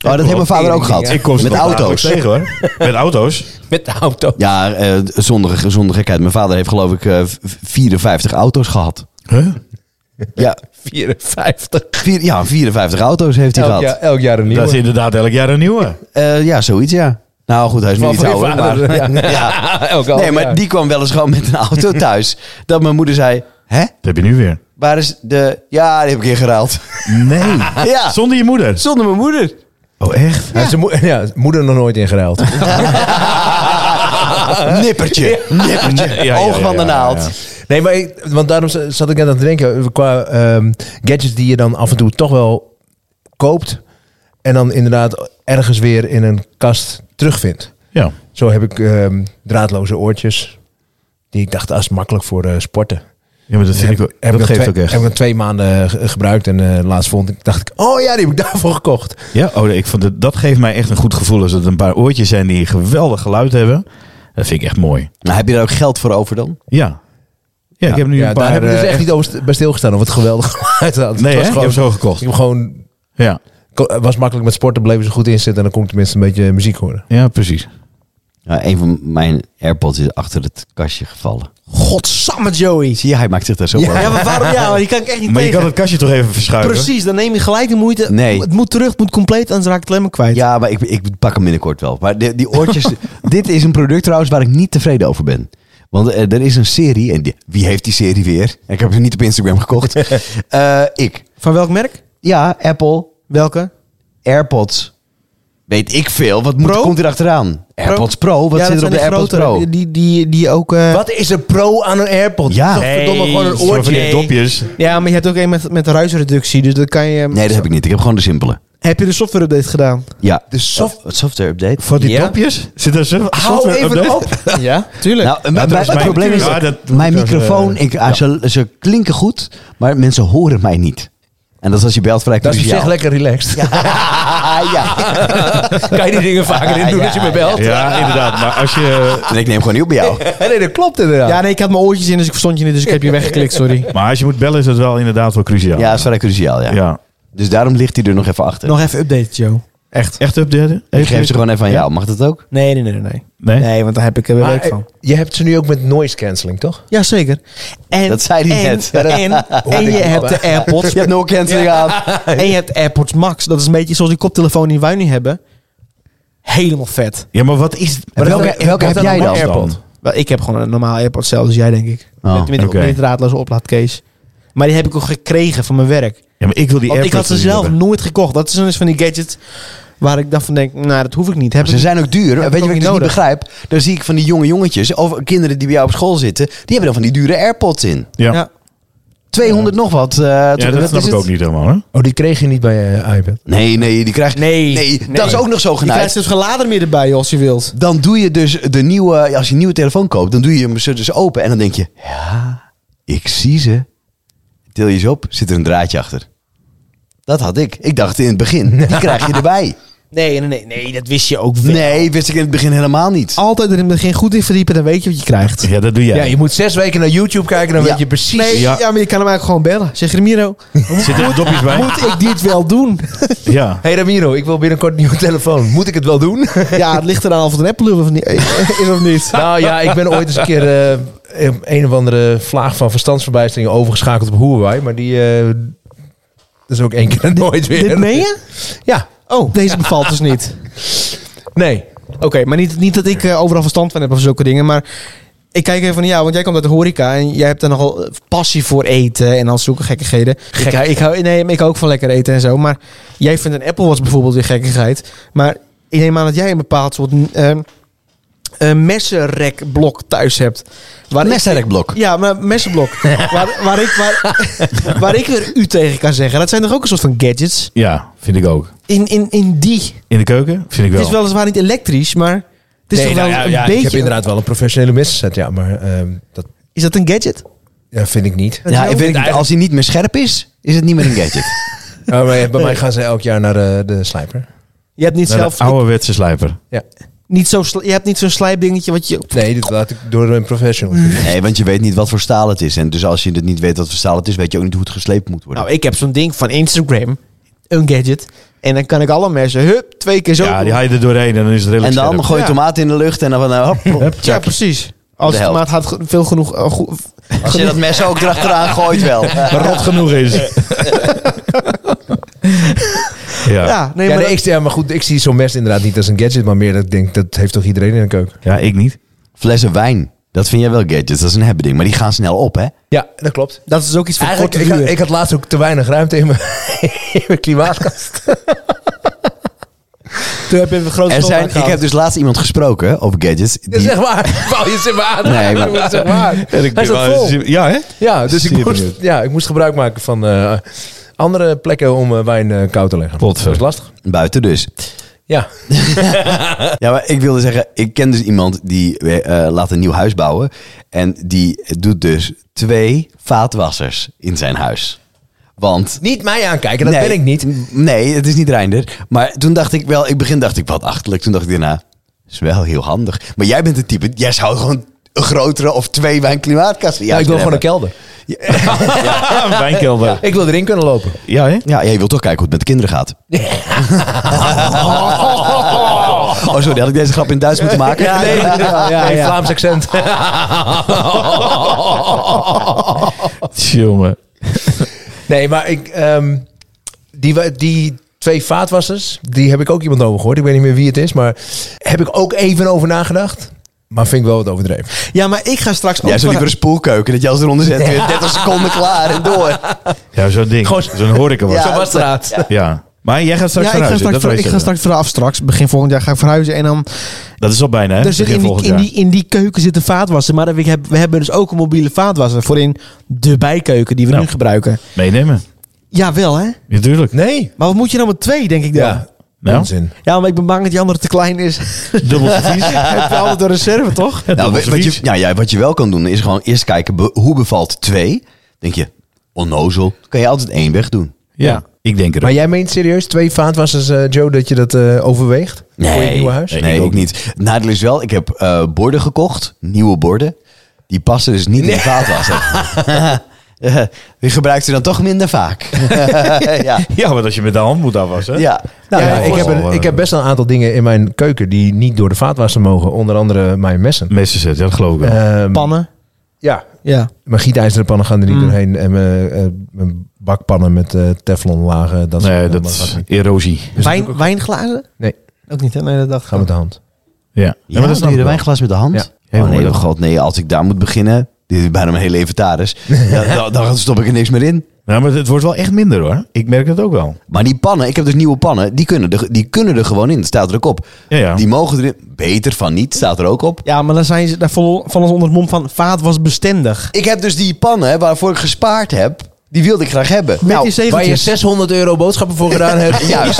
S2: Oh, dat heeft mijn vader ook gehad.
S3: Ik kom ze
S2: Met
S3: toch dagelijks
S2: auto's.
S3: tegen, hoor. Met auto's?
S4: met de auto?
S2: Ja, eh zonder, zonder gekheid. Mijn vader heeft geloof ik eh, v- 54 auto's gehad.
S3: Huh?
S2: Ja,
S4: 54.
S2: vier, ja 54 auto's heeft hij
S4: Elk
S2: gehad.
S4: jaar, elk jaar een nieuwe.
S3: Dat is inderdaad elk jaar een nieuwe.
S2: Eh, ja, zoiets ja. Nou goed, hij is nu
S4: Maar
S2: iets
S4: voor je
S2: ouder.
S4: vader,
S2: maar,
S4: ja.
S2: ja.
S4: elk
S3: Oh,
S2: Nee, maar
S4: jaar.
S2: die kwam wel eens gewoon met een auto thuis. Dat mijn moeder zei, hè?
S3: Dat heb je nu weer.
S2: Waar is de... Ja, die heb ik ingeruild.
S3: Nee.
S2: Ja,
S3: Zonder je moeder.
S2: zonder mijn moeder.
S3: Oh, echt?
S4: Ja, ze mo- ja, moeder nog nooit ingeruild.
S2: Nippertje. Nippertje.
S3: Ja, ja, ja,
S2: Oog van
S3: ja,
S2: de
S3: ja,
S2: naald.
S3: ja.
S4: Nee, maar ik- want daarom z- zat ik net aan te denken. Qua ehm, gadgets die je dan af en toe toch wel koopt. En dan inderdaad ergens weer in een kast terugvindt.
S3: Ja.
S4: Zo heb ik ehm, draadloze oortjes. Die ik dacht, dat is makkelijk voor eh, sporten.
S3: Ja, maar dat
S4: Heb
S3: vind ik wel...
S4: heb
S3: Dat
S4: ik
S3: geeft
S4: twee-
S3: ook echt.
S4: Heb ik hem twee maanden ge- gebruikt en eh, laatst vond ik, dacht ik, oh ja, die heb ik daarvoor gekocht.
S3: Ja, oh, ik vond het, dat geeft mij echt een goed gevoel. Als het een paar oortjes zijn die een geweldig geluid hebben. Dat vind ik echt mooi.
S2: Nou, heb je daar ook geld voor over dan?
S3: Ja. Ja, ik heb nu
S4: ja,
S3: een
S4: daar
S3: paar...
S4: heb ik dus
S3: eh,
S4: echt niet over st- bij stilgestaan of het geweldig geluid had.
S3: Nee,
S4: het
S3: hè?
S4: was
S3: Je
S4: gewoon,
S3: hebt zo gekocht.
S4: ik heb gewoon,
S3: Ja.
S4: ko- het was makkelijk met sporten, bleven ze goed inzetten en dan kon ik tenminste een beetje muziek horen.
S3: ja, precies.
S2: Ja, een van mijn AirPods is achter het kastje gevallen.
S1: Godsamme, Joey.
S2: Zie je, hij maakt zich daar zo
S1: Ja,
S2: over.
S1: maar waarom jou? Die kan ik echt niet
S3: Maar je
S1: tegen.
S3: kan het kastje toch even verschuiven?
S1: Precies, dan neem je gelijk de moeite.
S2: Nee.
S1: Het moet terug, het moet compleet, anders raak ik het alleen maar kwijt.
S2: Ja, maar ik, ik pak hem binnenkort wel. Maar die, die oortjes... dit is een product trouwens waar ik niet tevreden over ben. Want eh, er is een serie. En die- wie heeft die serie weer? Ik heb ze niet op Instagram gekocht. Eh, ik.
S1: Van welk merk?
S2: Ja, Apple.
S1: Welke?
S2: AirPods. Weet ik veel. Wat moet,
S1: Pro?
S2: komt er achteraan? AirPods Pro. Wat
S1: Ja,
S2: zit
S1: dat
S2: er op de
S1: zijn die
S2: AirPods Pro?
S1: grotere, Die, die, die ook... eh,
S4: Wat is een pro aan een AirPod?
S2: Ja.
S4: Toch verdomme gewoon een
S3: Zo Van die
S4: oortje.
S3: dopjes.
S1: Ja, maar je hebt ook een met, met ruisreductie, dus dat kan je...
S2: Nee, dat heb ik niet. Ik heb gewoon de simpele.
S1: Heb je de software update gedaan?
S2: Ja.
S4: De soft-
S2: Oh, software update.
S3: Van die
S4: Ja.
S3: dopjes? Zit er oh, zo...
S4: Hou
S3: software
S4: even
S3: update?
S4: op.
S1: Ja, tuurlijk.
S2: Nou, mijn-
S3: dat
S2: mijn-
S3: is
S2: het
S3: mijn-
S2: probleem is,
S3: Ja, dat-
S2: mijn
S3: dat is, eh,
S2: microfoon, ik, ah, ze, ze klinken goed, maar mensen horen mij niet. En dat is als je belt vrij
S4: Dat is op
S2: cruciaal.
S4: zich lekker relaxed.
S2: ja.
S4: Kan je die dingen vaker in doen dat je me belt?
S3: Ja, inderdaad. Maar als je...
S2: En ik neem gewoon niet op bij jou.
S4: Nee, dat klopt inderdaad.
S1: ja, nee, ik had mijn oortjes in, dus ik verstond je niet, dus ik heb je weggeklikt, sorry.
S3: Maar als je moet bellen is dat wel inderdaad wel cruciaal.
S2: Ja, is vrij cruciaal, ja.
S3: Ja.
S2: Dus daarom ligt hij er nog even achter.
S1: Nog even updaten, Joe. Echt?
S3: Echt updaten?
S2: ik geef ze gewoon even aan
S3: Ja.
S2: jou. Mag dat ook?
S1: Nee, nee, nee, nee, nee.
S3: Nee?
S1: Nee, want daar heb ik er weer
S4: Maar,
S1: leuk van.
S4: eh, je hebt ze nu ook met noise cancelling, toch?
S1: Jazeker. En,
S2: Dat zei hij
S1: en,
S2: net.
S1: En, en je hebt de AirPods.
S2: Je hebt no canceling aan.
S1: En je hebt AirPods Max. Dat is een beetje zoals die koptelefoon die wij nu hebben. Helemaal vet.
S3: Ja, maar wat is...
S2: Maar welke-
S3: wat-
S2: welke
S3: wat
S2: heb jij
S3: een
S2: dan?
S3: AirPod?
S1: Wel, ik heb gewoon een normaal AirPods zelf, dus jij denk ik.
S2: Oh,
S1: met, met,
S3: oké.
S1: met een draadloze oplaadcase. Maar die heb ik ook gekregen van mijn werk.
S3: Ja, maar ik wil die
S1: Want
S3: AirPods
S1: ik had ze
S3: niet
S1: zelf
S3: hebben.
S1: nooit gekocht. Dat is een van die gadgets waar ik dan van denk, nou dat hoef ik niet. Heb
S2: Ze
S1: ik-
S2: zijn ook duur.
S1: Heb ik
S2: Weet
S1: ook
S2: je wat ik
S1: niet
S2: dus niet
S1: nodig.
S2: begrijp? Dan zie ik van die jonge jongetjes, of kinderen die bij jou op school zitten, die hebben dan van die dure AirPods in.
S3: Ja.
S1: Ja.
S2: 200 nog wat. eh,
S3: Ja,
S2: wat
S3: dat
S2: is
S3: snap ik
S2: het?
S3: ook niet helemaal, hè?
S4: Oh, die kreeg je niet bij je iPad.
S2: Nee, nee, die krijg
S1: Nee,
S2: nee,
S1: nee.
S2: dat is ook nog zo
S1: Je krijgt
S2: genaaid.
S1: zelfs geladen meer erbij joh, als je wilt.
S2: Dan doe je dus de nieuwe, als je een nieuwe telefoon koopt, dan doe je hem zo dus open en dan denk je, ja, ik zie ze. Til je ze op, zit er een draadje achter. Dat had ik. Ik dacht in het begin, die krijg je erbij.
S1: Nee, nee, nee, nee, dat wist je ook wel.
S2: Nee, wist ik in het begin helemaal niet.
S1: Altijd er in het begin goed in verdiepen, dan weet je wat je krijgt.
S3: Ja, dat doe jij.
S4: Ja, je moet zes weken naar YouTube kijken, dan
S2: Ja.
S4: weet je precies.
S1: Nee, ja.
S3: Ja.
S1: maar je kan hem eigenlijk gewoon bellen. Zeg, Ramiro,
S3: Zitten er dopjes bij?
S1: moet ik dit wel doen?
S3: Ja.
S4: Hey Ramiro, ik wil binnenkort een nieuwe telefoon. Moet ik het wel doen?
S1: ja, het ligt eraan of het een Apple of niet- is of niet.
S4: nou ja, ik ben ooit eens een keer eh, een- een of andere vlaag van verstandsverbijstering overgeschakeld op Huawei. Maar die... eh, dat is ook één keer en nooit weer.
S1: Dit meen je?
S4: Ja.
S1: Oh, deze bevalt dus niet.
S4: Nee.
S1: Oké, maar niet, niet dat ik eh, overal verstand van heb of zulke dingen, maar ik kijk even van ja, want jij komt uit de horeca en jij hebt er nogal eh, passie voor eten en al zulke gekkigheden. Ik, hou- ik hou, nee, maar ik hou ook van lekker eten en zo, maar jij vindt een Apple Watch bijvoorbeeld weer gekkigheid, maar ik neem aan dat jij een bepaald soort eh, eh, messenrekblok thuis hebt. Waar ik-
S2: Messenrekblok.
S1: Ja, maar messenblok. waar, waar, ik, waar, waar ik weer u tegen kan zeggen. Dat zijn toch ook een soort van gadgets?
S3: ja, vind ik ook.
S1: In, in, in die.
S3: In de keuken? Vind ik wel.
S1: Het is weliswaar niet elektrisch, maar het is
S4: Nee,
S1: toch
S4: nou
S1: wel
S4: ja,
S1: een
S4: ja, Ik heb
S1: beetje...
S4: inderdaad wel een professionele misgezet, ja. Maar ehm, dat
S1: Is dat een gadget?
S4: ja, vind ik niet.
S1: Dat
S2: ja,
S1: wel?
S2: ik weet niet, als hij niet meer scherp is, is het niet meer een gadget.
S4: Ja, Oh, maar bij mij gaan ze elk jaar naar eh, de slijper.
S1: Je hebt niet,
S3: Naar de
S1: zelf,
S3: ouderwetse slijper.
S4: Ja.
S1: niet, zo sli- je hebt niet zo'n slijpdingetje wat je...
S4: Nee, dit laat ik door een professional.
S2: Nee, want je weet niet wat voor staal het is. En dus als je het niet weet wat voor staal het is, weet je ook niet hoe het gesleept moet worden.
S1: Nou, ik heb zo'n ding van Instagram. Een gadget. En dan kan ik alle messen, hup, twee keer zo.
S3: Ja, die haal je er doorheen en dan is het
S2: en
S3: redelijk
S2: dan
S3: scherp.
S2: gooi je
S1: Ja.
S2: tomaat in de lucht en dan van, eh, hop, hop.
S1: ja precies. Als
S2: De
S1: het
S2: helft.
S1: maat had ge- veel genoeg... eh, goed-
S2: Als je dat mes ook erachteraan gooit wel.
S3: Maar rot genoeg is. ja. Ja.
S1: ja, nee,
S4: Ja,
S1: maar...
S4: nee, ik, ja, maar goed, ik zie zo'n mes inderdaad niet als een gadget, maar meer dat ik denk, dat heeft toch iedereen in de keuken?
S3: ik niet.
S2: Flessen wijn, dat vind jij wel gadgets. Dat is een hebben ding, maar die gaan snel op, hè?
S4: Ja, dat klopt.
S1: dat is ook iets van
S4: Eigenlijk,
S1: korte
S4: ik, had,
S1: duur.
S4: ik had laatst ook te weinig ruimte in mijn, in mijn klimaatkast.
S1: Toen heb je een grote
S2: Er zijn,
S1: schoonmaak
S2: ik heb dus laatst iemand gesproken over gadgets.
S4: Dat is
S2: Die,
S4: echt waar. Wou je ze maar aan?
S2: Nee, maar-
S4: Dat is echt waar. Hij zat vol.
S3: Ja, hè?
S4: Ja, dus
S3: Zeer
S4: ik moest,
S3: benieuwd.
S4: ja, ik moest gebruik maken van eh, andere plekken om eh, wijn eh, koud te leggen.
S3: Potver.
S4: Dat is lastig.
S2: buiten dus.
S4: Ja.
S2: Ja, maar ik wilde zeggen, ik ken dus iemand die eh, laat een nieuw huis bouwen. En die doet dus twee vaatwassers in zijn huis. Want
S4: Niet mij aankijken, dat
S2: Nee.
S4: ben ik niet.
S2: Nee, het is niet Reinder. Maar toen dacht ik wel, in het begin dacht ik wat achterlijk. Toen dacht ik daarna, is wel heel handig. Maar jij bent het type, jij zou gewoon een grotere of twee wijn klimaatkasten.
S4: Ja, ik wil gewoon een kelder.
S3: Ja, wijnkelder.
S4: Ik wil erin kunnen lopen.
S3: Ja, hè?
S2: Ja, jij wil toch kijken hoe het met de kinderen gaat. Oh, sorry, had ik deze grap in Duits moeten maken?
S4: Ja, nee, ja, ja, Vlaams accent.
S3: Tjonge.
S4: Nee, maar ik, ehm, die, wa- die twee vaatwassers, die heb ik ook iemand over gehoord. Ik weet niet meer wie het is, maar heb ik ook even over nagedacht. Maar vind ik wel wat overdreven.
S1: Ja, maar ik ga straks...
S2: Jij
S1: ook
S2: zou liever
S1: van-
S2: een spoelkeuken, dat je als eronder zet, weer 30 seconden klaar en door. Nou,
S3: Ja, zo'n ding.
S4: Gewoon-
S3: zo'n horeca was.
S2: Ja.
S3: Ja.
S4: Zo was het raad.
S3: Maar jij gaat straks
S1: Ja, ik ga
S3: verhuizen.
S1: straks,
S3: dat,
S1: ik
S3: weet je
S1: ga
S3: wel.
S1: straks vanaf straks. Begin volgend jaar ga ik verhuizen en dan...
S3: dat is al bijna, hè?
S1: Er zit
S3: Begin
S1: Dus in, die,
S3: volgend
S1: in,
S3: jaar.
S1: die, in die keuken zit een vaatwasser. Maar we hebben, we hebben dus ook een mobiele vaatwasser voor in de bijkeuken die we
S3: Nou.
S1: nu gebruiken.
S3: Meenemen.
S1: Ja, wel hè?
S3: Natuurlijk.
S4: Nee.
S1: Maar wat moet je nou met twee, denk ik dan?
S4: Ja.
S1: Ja,
S3: Nou.
S4: Onzin.
S1: maar ik ben bang dat die andere te klein is.
S3: Dubbel vervies.
S1: Heb je altijd een reserve, toch?
S2: Nou, wat, wat je, nou ja, wat je wel kan doen is gewoon eerst kijken be- hoe bevalt twee. Denk je, onnozel. Kan je altijd één weg doen.
S3: Ja, ik denk er
S4: Maar
S3: ook.
S4: jij meent serieus twee vaatwassers, eh, Joe, dat je dat eh, overweegt? Voor je nieuwe huis?
S2: nee,
S3: Nee, ik
S2: ook niet. Het nadeel is wel, ik heb eh, borden gekocht, nieuwe borden. Die passen dus niet in de vaatwasser. Eh, Die gebruikt ze dan toch minder vaak. ja.
S3: Ja, want als je met de hand moet afwassen.
S2: ja.
S4: Nou,
S3: Ja,
S4: ja,
S3: ja,
S4: ik, heb
S3: wel,
S4: een-
S3: eh,
S4: ik heb best wel een aantal dingen in mijn keuken die niet door de vaatwasser mogen. Onder andere mijn messen.
S3: Messen zetten, dat geloof ik wel.
S4: Ehm,
S1: Pannen.
S4: ja,
S1: Ja.
S4: Mijn gietijzeren pannen gaan er niet
S1: Mm.
S4: doorheen. En mijn, eh, mijn bakpannen met eh teflonlagen. Dat
S3: nee,
S4: soort-
S3: dat
S4: gaat
S3: is
S4: niet.
S3: erosie.
S4: Dus dat
S1: Wijn,
S4: doe ik
S1: wijnglazen?
S4: Nee.
S1: Ook niet, hè? Nee, dat dacht
S4: ook- Gaan
S1: ik.
S4: met de hand.
S3: Ja, Ja,
S2: Ja, maar dat
S3: snap ik
S2: je de
S3: wel.
S2: wijnglas met de
S4: Ja.
S2: hand. oh
S3: Heel
S2: nee,
S3: mooi,
S2: oh
S3: dat.
S2: god, nee, als ik daar moet beginnen, dit is bijna mijn hele inventaris. dan, dan, dan stop ik er niks meer in.
S3: Nou, maar het wordt wel echt minder hoor. Ik merk het ook wel.
S2: Maar die pannen, ik heb dus nieuwe pannen, die kunnen er, die kunnen er gewoon in. Dat staat er ook op.
S3: Ja, ja.
S2: Die mogen erin. Beter van niet, staat er ook op.
S1: Ja, maar dan zijn ze, daar vallen vallen ze onder het mom van vaat was bestendig.
S2: Ik heb dus die pannen waarvoor ik gespaard heb, die wilde ik graag hebben.
S1: Met
S2: Nou,
S1: die
S4: Waar je
S1: zegeltjes.
S4: 600 euro boodschappen voor gedaan hebt.
S2: Juist.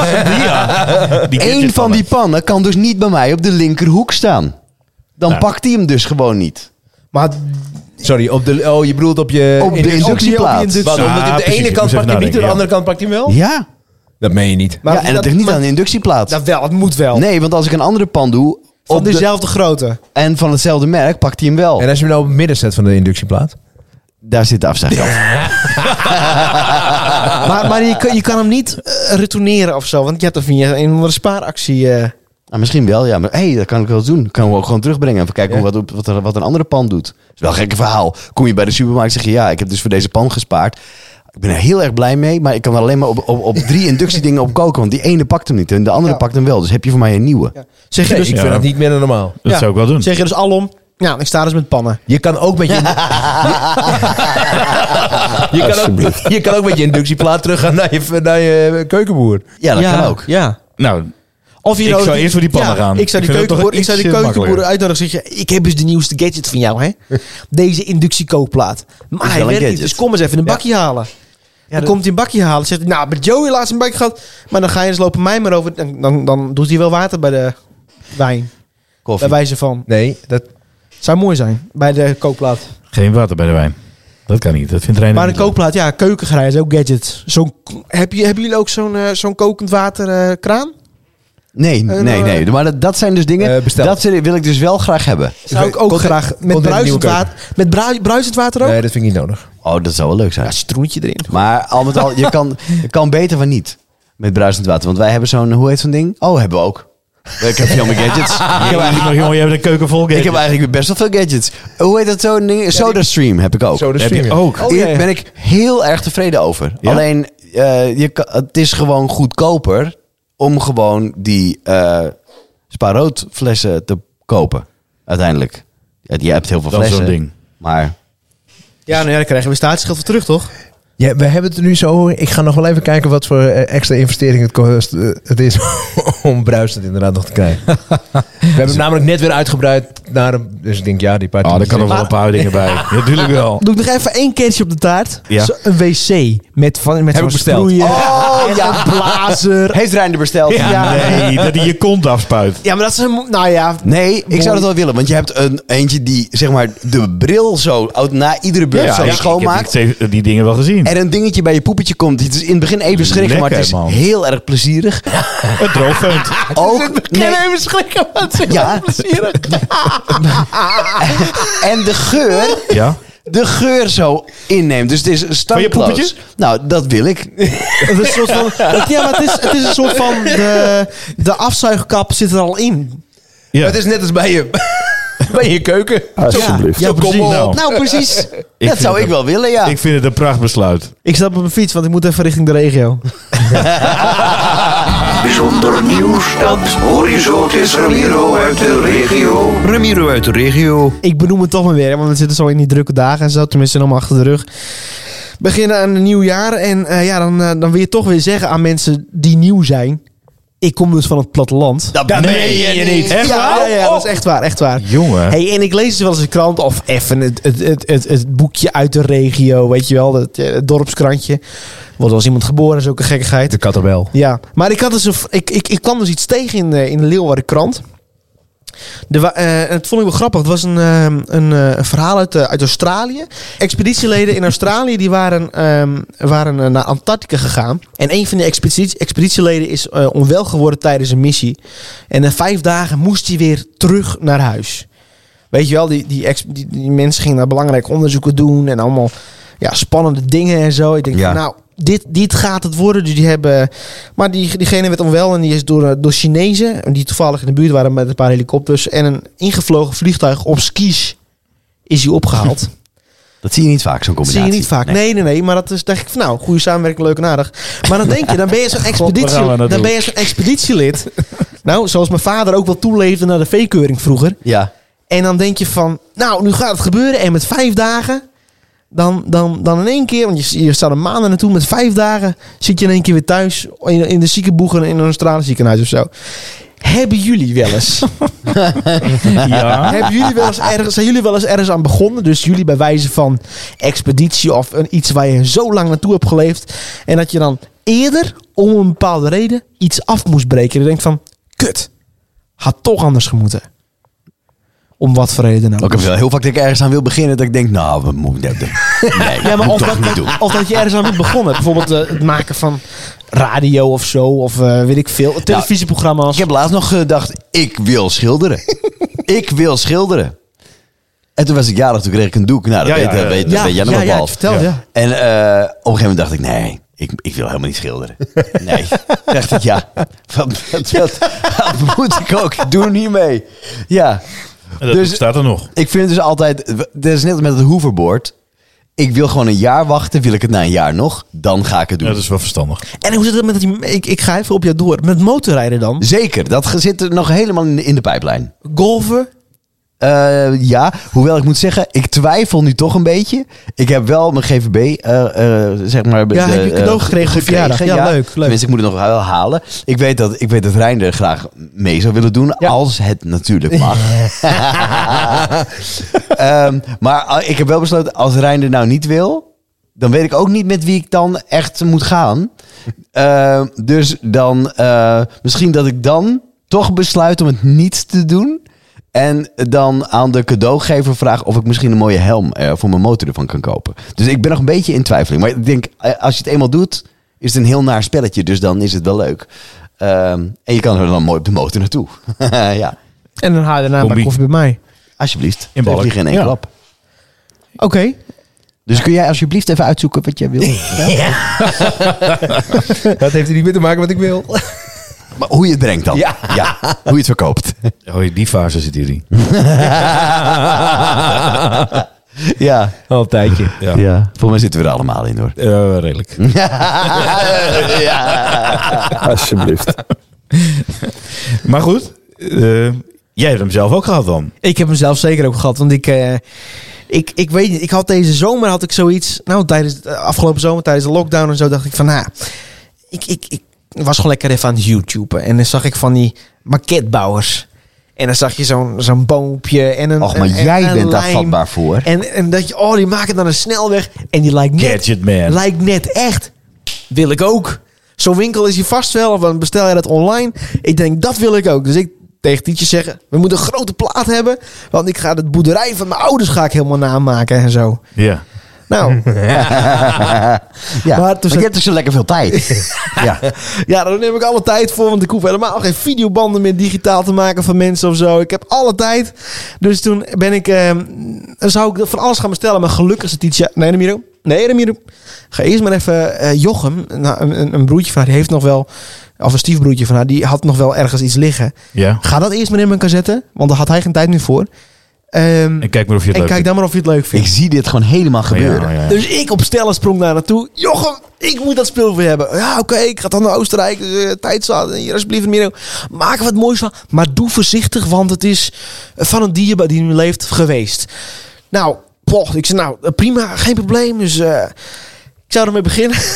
S3: Die
S2: Eén van
S3: gadgetpannen.
S2: die pannen kan dus niet bij mij op de linkerhoek staan. Dan
S3: Nou.
S2: pakt hij hem dus gewoon niet.
S1: Maar
S4: Sorry, op de, oh, je bedoelt op je...
S2: Op de
S4: in-
S2: inductieplaats.
S4: Wat, omdat je
S3: Ah,
S4: op de
S3: precies,
S4: ene
S3: ik
S4: kant
S3: moest even
S4: pakt hij hem niet,
S3: nadenken,
S4: aan de
S3: ja.
S4: andere kant pakt hij hem wel?
S2: Ja.
S6: Dat meen je niet.
S1: Maar
S2: ja, en het ligt niet
S1: maar-
S2: aan de inductieplaat.
S1: Dat wel, het moet wel.
S2: Nee, want als ik een andere pan doe
S1: Van
S2: op de-
S1: dezelfde grootte.
S2: en van hetzelfde merk, pakt hij hem wel.
S4: En als je hem nou op het midden zet van de inductieplaat?
S2: Daar zit de afzuigkap.
S1: Maar, maar je, kan, je kan hem niet eh, retourneren of zo. Want je hebt er via een of andere spaaractie. eh.
S2: Ah, misschien wel, ja. Maar hey, dat kan ik wel doen. Kan we ook gewoon terugbrengen. Even kijken hoe, wat, wat, er- wat een andere pan doet. is wel een gekke verhaal. Kom je bij de supermarkt zeg je... Ja, ik heb dus voor deze pan gespaard. Ik ben er heel erg blij mee. Maar ik kan er alleen maar op, op, op drie inductiedingen op koken. Want die ene pakt hem niet. En de andere
S1: Ja.
S2: pakt hem wel. Dus heb je voor mij een nieuwe.
S1: Zeg, je
S4: Nee,
S1: dus,
S4: ik vind
S3: Ja.
S4: dat niet meer dan normaal.
S3: Dat
S1: Ja.
S3: zou ik wel doen.
S1: zeg je dus alom. Ja, ik sta dus met pannen.
S4: Je kan ook met je... je, kan ook, je kan ook met je inductieplaat teruggaan naar je, naar je keukenboer.
S2: Ja, dat kan ook.
S1: Ja.
S3: Nou,
S1: Of je
S3: Ik
S1: nodigt
S3: zou
S1: die-
S3: eerst voor die pannen gaan.
S1: Ik zou die
S3: Ik vind dat
S1: keukenboer,
S3: toch
S1: ik zou die
S3: ietsje
S1: keukenboer
S3: makkelijker.
S1: uitnodigen. Zeg je, ik heb dus de nieuwste gadget van jou, hè? Deze inductiekookplaat.
S2: wel
S1: Maar
S2: een
S1: hij werkt niet,
S2: gadget.
S1: dus kom eens even een bakje halen. dan
S2: dat-
S1: komt hij een bakje halen. Zegt hij, nou, met Joey laatst een bakje gehad. Maar dan ga je eens lopen mij maar over. Dan, dan, dan doet hij wel water bij de wijn.
S2: Koffie.
S1: Bij wijze van.
S4: Nee, dat...
S1: Zou mooi zijn. Bij de kookplaat.
S3: geen water bij de wijn. Dat kan niet. Dat vindt Reiner
S1: Maar een
S3: niet
S1: kookplaat, ja, keukengrijs, is ook gadget. Zo'n, heb je, hebben jullie ook zo'n, eh, zo'n kokend waterkraan? kraan?
S2: Nee,
S1: Eh,
S2: nee,
S1: nou,
S2: nee. Maar dat, dat zijn dus dingen...
S4: Eh, besteld.
S2: dat zin- wil ik dus wel graag hebben.
S1: Zou ik ook
S4: Content-
S1: graag. Met
S4: content
S1: bruisend
S4: nieuwe
S1: water, met bru- bruisend water ook?
S4: Nee, dat vind ik niet nodig.
S2: Oh, dat zou wel leuk zijn.
S1: Ja, stroentje erin.
S2: Maar al met al, je kan, je kan beter van niet. Met bruisend water. Want wij hebben zo'n... Hoe heet zo'n ding? Oh, hebben we ook. Ik heb veel meer gadgets.
S3: Ik heb eigenlijk nog, jongen, je hebt een keuken vol
S2: Ik heb eigenlijk best wel veel gadgets. Hoe heet dat zo'n ding? SodaStream heb ik ook.
S4: Zo, dat
S3: heb
S4: stream
S3: je
S4: je.
S3: ook.
S1: Oh, ja,
S2: Hier
S1: ja.
S2: ben ik heel erg tevreden over.
S3: Ja?
S2: Alleen, eh, je kan, het is gewoon goedkoper om gewoon die eh spaarroodflessen te kopen. Uiteindelijk. Ja, je hebt heel veel
S3: Dat is
S2: flessen.
S3: zo'n ding.
S2: Maar
S1: Ja, nou ja, dan krijgen we statiegeld voor terug, toch?
S4: Ja, we hebben het er nu zo. Ik ga nog wel even kijken wat voor eh, extra investering het, kost, eh, het is om bruisend inderdaad nog te krijgen. we hebben hem namelijk net weer uitgebreid naar hem. Dus ik denk, ja, die paar
S3: Oh, Dus- daar
S4: tientjes-
S3: kan er wel een paar dingen bij. Natuurlijk wel.
S1: Doe ik nog even één keertje op de taart.
S3: Ja.
S1: Zo- Een wc met, van, met
S4: Heb
S1: zo'n
S4: ik besteld.
S1: sproeier.
S2: Oh,
S1: en
S2: ja.
S1: een blazer.
S2: heeft Reiner besteld?
S3: Ja, nee, dat hij je kont afspuit.
S1: Ja, maar dat is een... mo- Nou ja,
S2: Nee, ik zou dat wel willen. Want je hebt een eentje die zeg maar de bril zo oud- na iedere beurt zo
S3: ik-
S2: schoonmaakt.
S3: Ik heb die, die dingen wel gezien.
S2: er een dingetje bij je poepetje komt. Het is in het begin even schrikken, maar het is
S3: Lekker, man.
S2: heel erg plezierig.
S3: Het droogvent.
S2: Ook, nee,
S1: nou even schrikken, want het is
S2: Ja.
S1: plezierig.
S2: en de geur,
S3: Ja?
S2: de geur zo inneemt. Dus het is
S3: poepetje?
S2: standkloos. Nou, dat wil ik.
S1: Het is een soort van, het- ja, maar het is, het is een soort van... De, de afzuigkap zit er al in.
S3: ja.
S4: Het is net als bij je, bij je keuken.
S1: Alsjeblieft. Ja,
S3: Zo, kom
S1: precies.
S3: op.
S2: Nou, precies. dat
S3: vind
S2: zou
S3: het
S2: ik wel willen, ja.
S3: Ik vind het een prachtbesluit.
S1: Ik stap op mijn fiets, want ik moet even richting de regio.
S7: Bijzonder nieuws dat Horizont is Ramiro uit de regio.
S6: Ramiro uit de regio.
S1: Ik benoem het toch maar weer, hè, want we zitten zo in die drukke dagen en zo. Tenminste, helemaal achter de rug. Beginnen aan een nieuw jaar en eh, ja, dan, eh, dan wil je toch weer zeggen aan mensen die nieuw zijn... Ik kom dus van het platteland.
S2: Dat
S3: Echt
S1: ja,
S3: waar? Oh.
S1: Ja, ja, dat is echt waar, echt waar.
S3: Jongen.
S1: Hey, en ik lees dus wel eens een krant of even het, het, het, het, het boekje uit de regio, weet je wel, het, eh, het dorpskrantje. Wordt wel eens iemand geboren, zulke gekkigheid.
S4: De kattenbel.
S1: Ja, maar ik, had dus een, v- ik, ik, ik kwam dus iets tegen in, eh, in de Leeuwarden krant. De, wa- eh, het vond ik wel grappig. Het was een, ehm, een, eh, een verhaal uit, eh, uit Australië. Expeditieleden in Australië die waren, ehm, waren eh, naar Antarctica gegaan. En een van de expeditie, expeditieleden is eh, onwel geworden tijdens een missie. En na vijf dagen moest hij weer terug naar huis. Weet je wel, die, die, ex- die, die mensen gingen daar belangrijke onderzoeken doen en allemaal ja, spannende dingen en zo. Ik denk,
S6: Ja.
S1: van, nou, dit, dit gaat het worden. Dus die hebben, maar die, diegene werd onwel en die is door, eh, door Chinezen, die toevallig in de buurt waren met een paar helikopters en een ingevlogen vliegtuig op skis, is hij opgehaald.
S2: Dat zie je niet vaak, zo'n
S1: Dat zie
S2: combinatie.
S1: je niet vaak. Nee, nee, nee. maar dat is, dacht ik van nou, goede samenwerking, leuk en aardig. Maar dan denk je, dan ben je zo'n expeditie,
S3: gaan we dat
S1: dan ben je zo'n expeditielid. Nou, zoals mijn vader ook wel toeleefde naar de veekeuring vroeger.
S2: Ja.
S1: En dan denk je van, nou, nu gaat het gebeuren. En met vijf dagen, dan, dan, dan in één keer, want je, je staat een maand er naartoe, met vijf dagen zit je in één keer weer thuis in, in de ziekenboegen in een Australisch ziekenhuis of zo. Hebben jullie wel eens?
S3: Ja.
S1: hebben jullie wel eens ergens, zijn jullie wel eens ergens aan begonnen? Dus jullie bij wijze van expeditie of een, iets waar je zo lang naartoe hebt geleefd. En dat je dan eerder, om een bepaalde reden, iets af moest breken. En je denkt van, kut, had toch anders gemoeten. Om wat voor reden dan ook.
S2: Ook heb wel heel vaak dat ik ergens aan wil beginnen dat ik denk, nou, we moeten nee,
S1: Ja, maar
S2: moet
S1: of
S2: toch
S1: dat,
S2: niet doen.
S1: of dat je ergens aan bent begonnen. Bijvoorbeeld eh, het maken van radio of zo. Of eh, weet ik veel. Televisieprogramma's.
S2: Ik heb laatst nog gedacht, ik wil schilderen. ik wil schilderen. En toen was ik jarig, toen kreeg ik een doek. Nou, dat
S3: Ja,
S2: weet,
S3: ja,
S2: dat
S3: ja.
S2: weet, dat weet jij nog
S1: ja, ja,
S2: wel.
S1: ik vertelde,
S3: Ja.
S1: ja.
S2: En eh, op een gegeven moment dacht ik, nee, ik, ik wil helemaal niet schilderen. Nee, dacht ik, ja, wat, wat, wat- wat moet ik ook doen hiermee? Ja,
S3: En dat
S2: Dus-
S3: boek staat er nog.
S2: ik vind het dus altijd, dat is net als met het hoverboard. Ik wil gewoon een jaar wachten, wil ik het na een jaar nog, dan ga ik het doen.
S3: Ja, dus- dat is wel verstandig.
S1: En hoe zit het met dat... die- Ik, ik ga even op jou door. Met motorrijden dan?
S2: Zeker, dat ge- zit er nog helemaal in de, in de pijplijn.
S1: Golven?
S2: Eh, ja, hoewel ik moet zeggen, ik twijfel nu toch een beetje. Ik heb wel mijn GVB, eh, eh, zeg maar...
S1: Ja,
S2: de-
S1: heb je cadeau
S2: eh,
S1: gekregen voor je verjaardag? Ja, leuk, leuk.
S2: Tenminste, ik moet het nog wel halen. Ik weet dat, ik weet dat Rijn er graag mee zou willen doen,
S1: Ja.
S2: als het natuurlijk mag. Ehm, maar ah, ik heb wel besloten, als Rijn er nou niet wil... dan weet ik ook niet met wie ik dan echt moet gaan. Eh, dus dan, eh, misschien dat ik dan toch besluit om het niet te doen. En dan aan de cadeaugever vraag of ik misschien een mooie helm eh, voor mijn motor ervan kan kopen. Dus ik ben nog een beetje in twijfeling. Maar ik denk, eh, als je het eenmaal doet, is het een heel naar spelletje. Dus dan is het wel leuk. Ehm, en je kan er dan mooi op de motor naartoe. ja,
S1: En dan haal je daarna
S3: Combi.
S1: maar koffie bij mij.
S2: alsjeblieft.
S3: In
S2: Twee
S3: balk.
S2: vliegen in één
S3: Ja.
S2: klap.
S1: Oké.
S2: Dus kun jij alsjeblieft even uitzoeken wat jij wil?
S4: Dat heeft er niet mee te maken wat ik wil.
S2: Maar hoe je het brengt dan.
S4: Ja.
S2: ja. Hoe je het verkoopt.
S3: Oh, die fase zit hier in.
S2: Ja.
S4: Al een tijdje.
S3: Ja,
S2: ja. Voor mij zitten we er allemaal in hoor.
S3: Eh, redelijk.
S6: Alsjeblieft.
S3: Maar goed, eh, jij hebt hem zelf ook gehad dan.
S1: Ik heb hem zelf zeker ook gehad. Want ik, eh, ik, ik weet niet. Ik had deze zomer had ik zoiets. Nou, tijdens de afgelopen zomer, tijdens de lockdown en zo, dacht ik van nou, ik, ik, ik was gewoon lekker even aan het YouTuben. En dan zag ik van die maquetbouwers. En dan zag je zo'n zo'n boompje en een.
S2: Och, maar
S1: en- en
S2: jij
S1: een
S2: bent daar
S1: lijm.
S2: vatbaar voor.
S1: En, en dat je, oh, die maken dan een snelweg. En die lijkt net,
S3: Gadget man.
S1: lijkt net echt. Wil ik ook. Zo'n winkel is hier vast wel. Of dan bestel jij dat online. Ik denk, dat wil ik ook. Dus ik tegen Tietje zeggen, we moeten een grote plaat hebben. Want ik ga de boerderij van mijn ouders ga ik helemaal namaken en zo.
S3: Ja.
S1: Nou,
S2: Ja,
S1: Maar
S2: maar,
S1: toen zei-
S2: je hebt dus zo lekker veel tijd. ja.
S1: ja, daar neem ik alle tijd voor. Want ik hoef helemaal geen videobanden meer digitaal te maken van mensen of zo. Ik heb alle tijd. Dus toen ben ik, ehm, dan zou ik van alles gaan bestellen. Maar gelukkig is het iets, ja, nee Ramiro, nee Ramiro. Ga eerst maar even eh, Jochem, nou, een, een- een broertje van haar, die heeft nog wel, of een stiefbroertje van haar, die had nog wel ergens iets liggen.
S3: ja.
S1: Ga dat eerst maar in mijn cassette, want daar had hij geen tijd meer voor. Ehm,
S3: En kijk maar of je het
S1: en
S3: leuk
S1: kijk
S3: vindt. Oh
S1: dan maar of je het leuk
S2: Ik Oh
S1: vindt.
S2: zie dit gewoon helemaal gebeuren.
S3: Ja, ja, ja.
S1: Dus ik op stellen sprong daar naartoe. Jochem, ik moet dat spul weer hebben. Ja, oké, ik ga dan naar Oostenrijk. eh tijdstad, hier alsjeblieft, Miro. Maak er wat moois van. Maar doe voorzichtig, want het is van een dier die nu leeft geweest. Nou, poch, ik zei nou, eh, prima, geen probleem. Dus eh, ik zou ermee beginnen.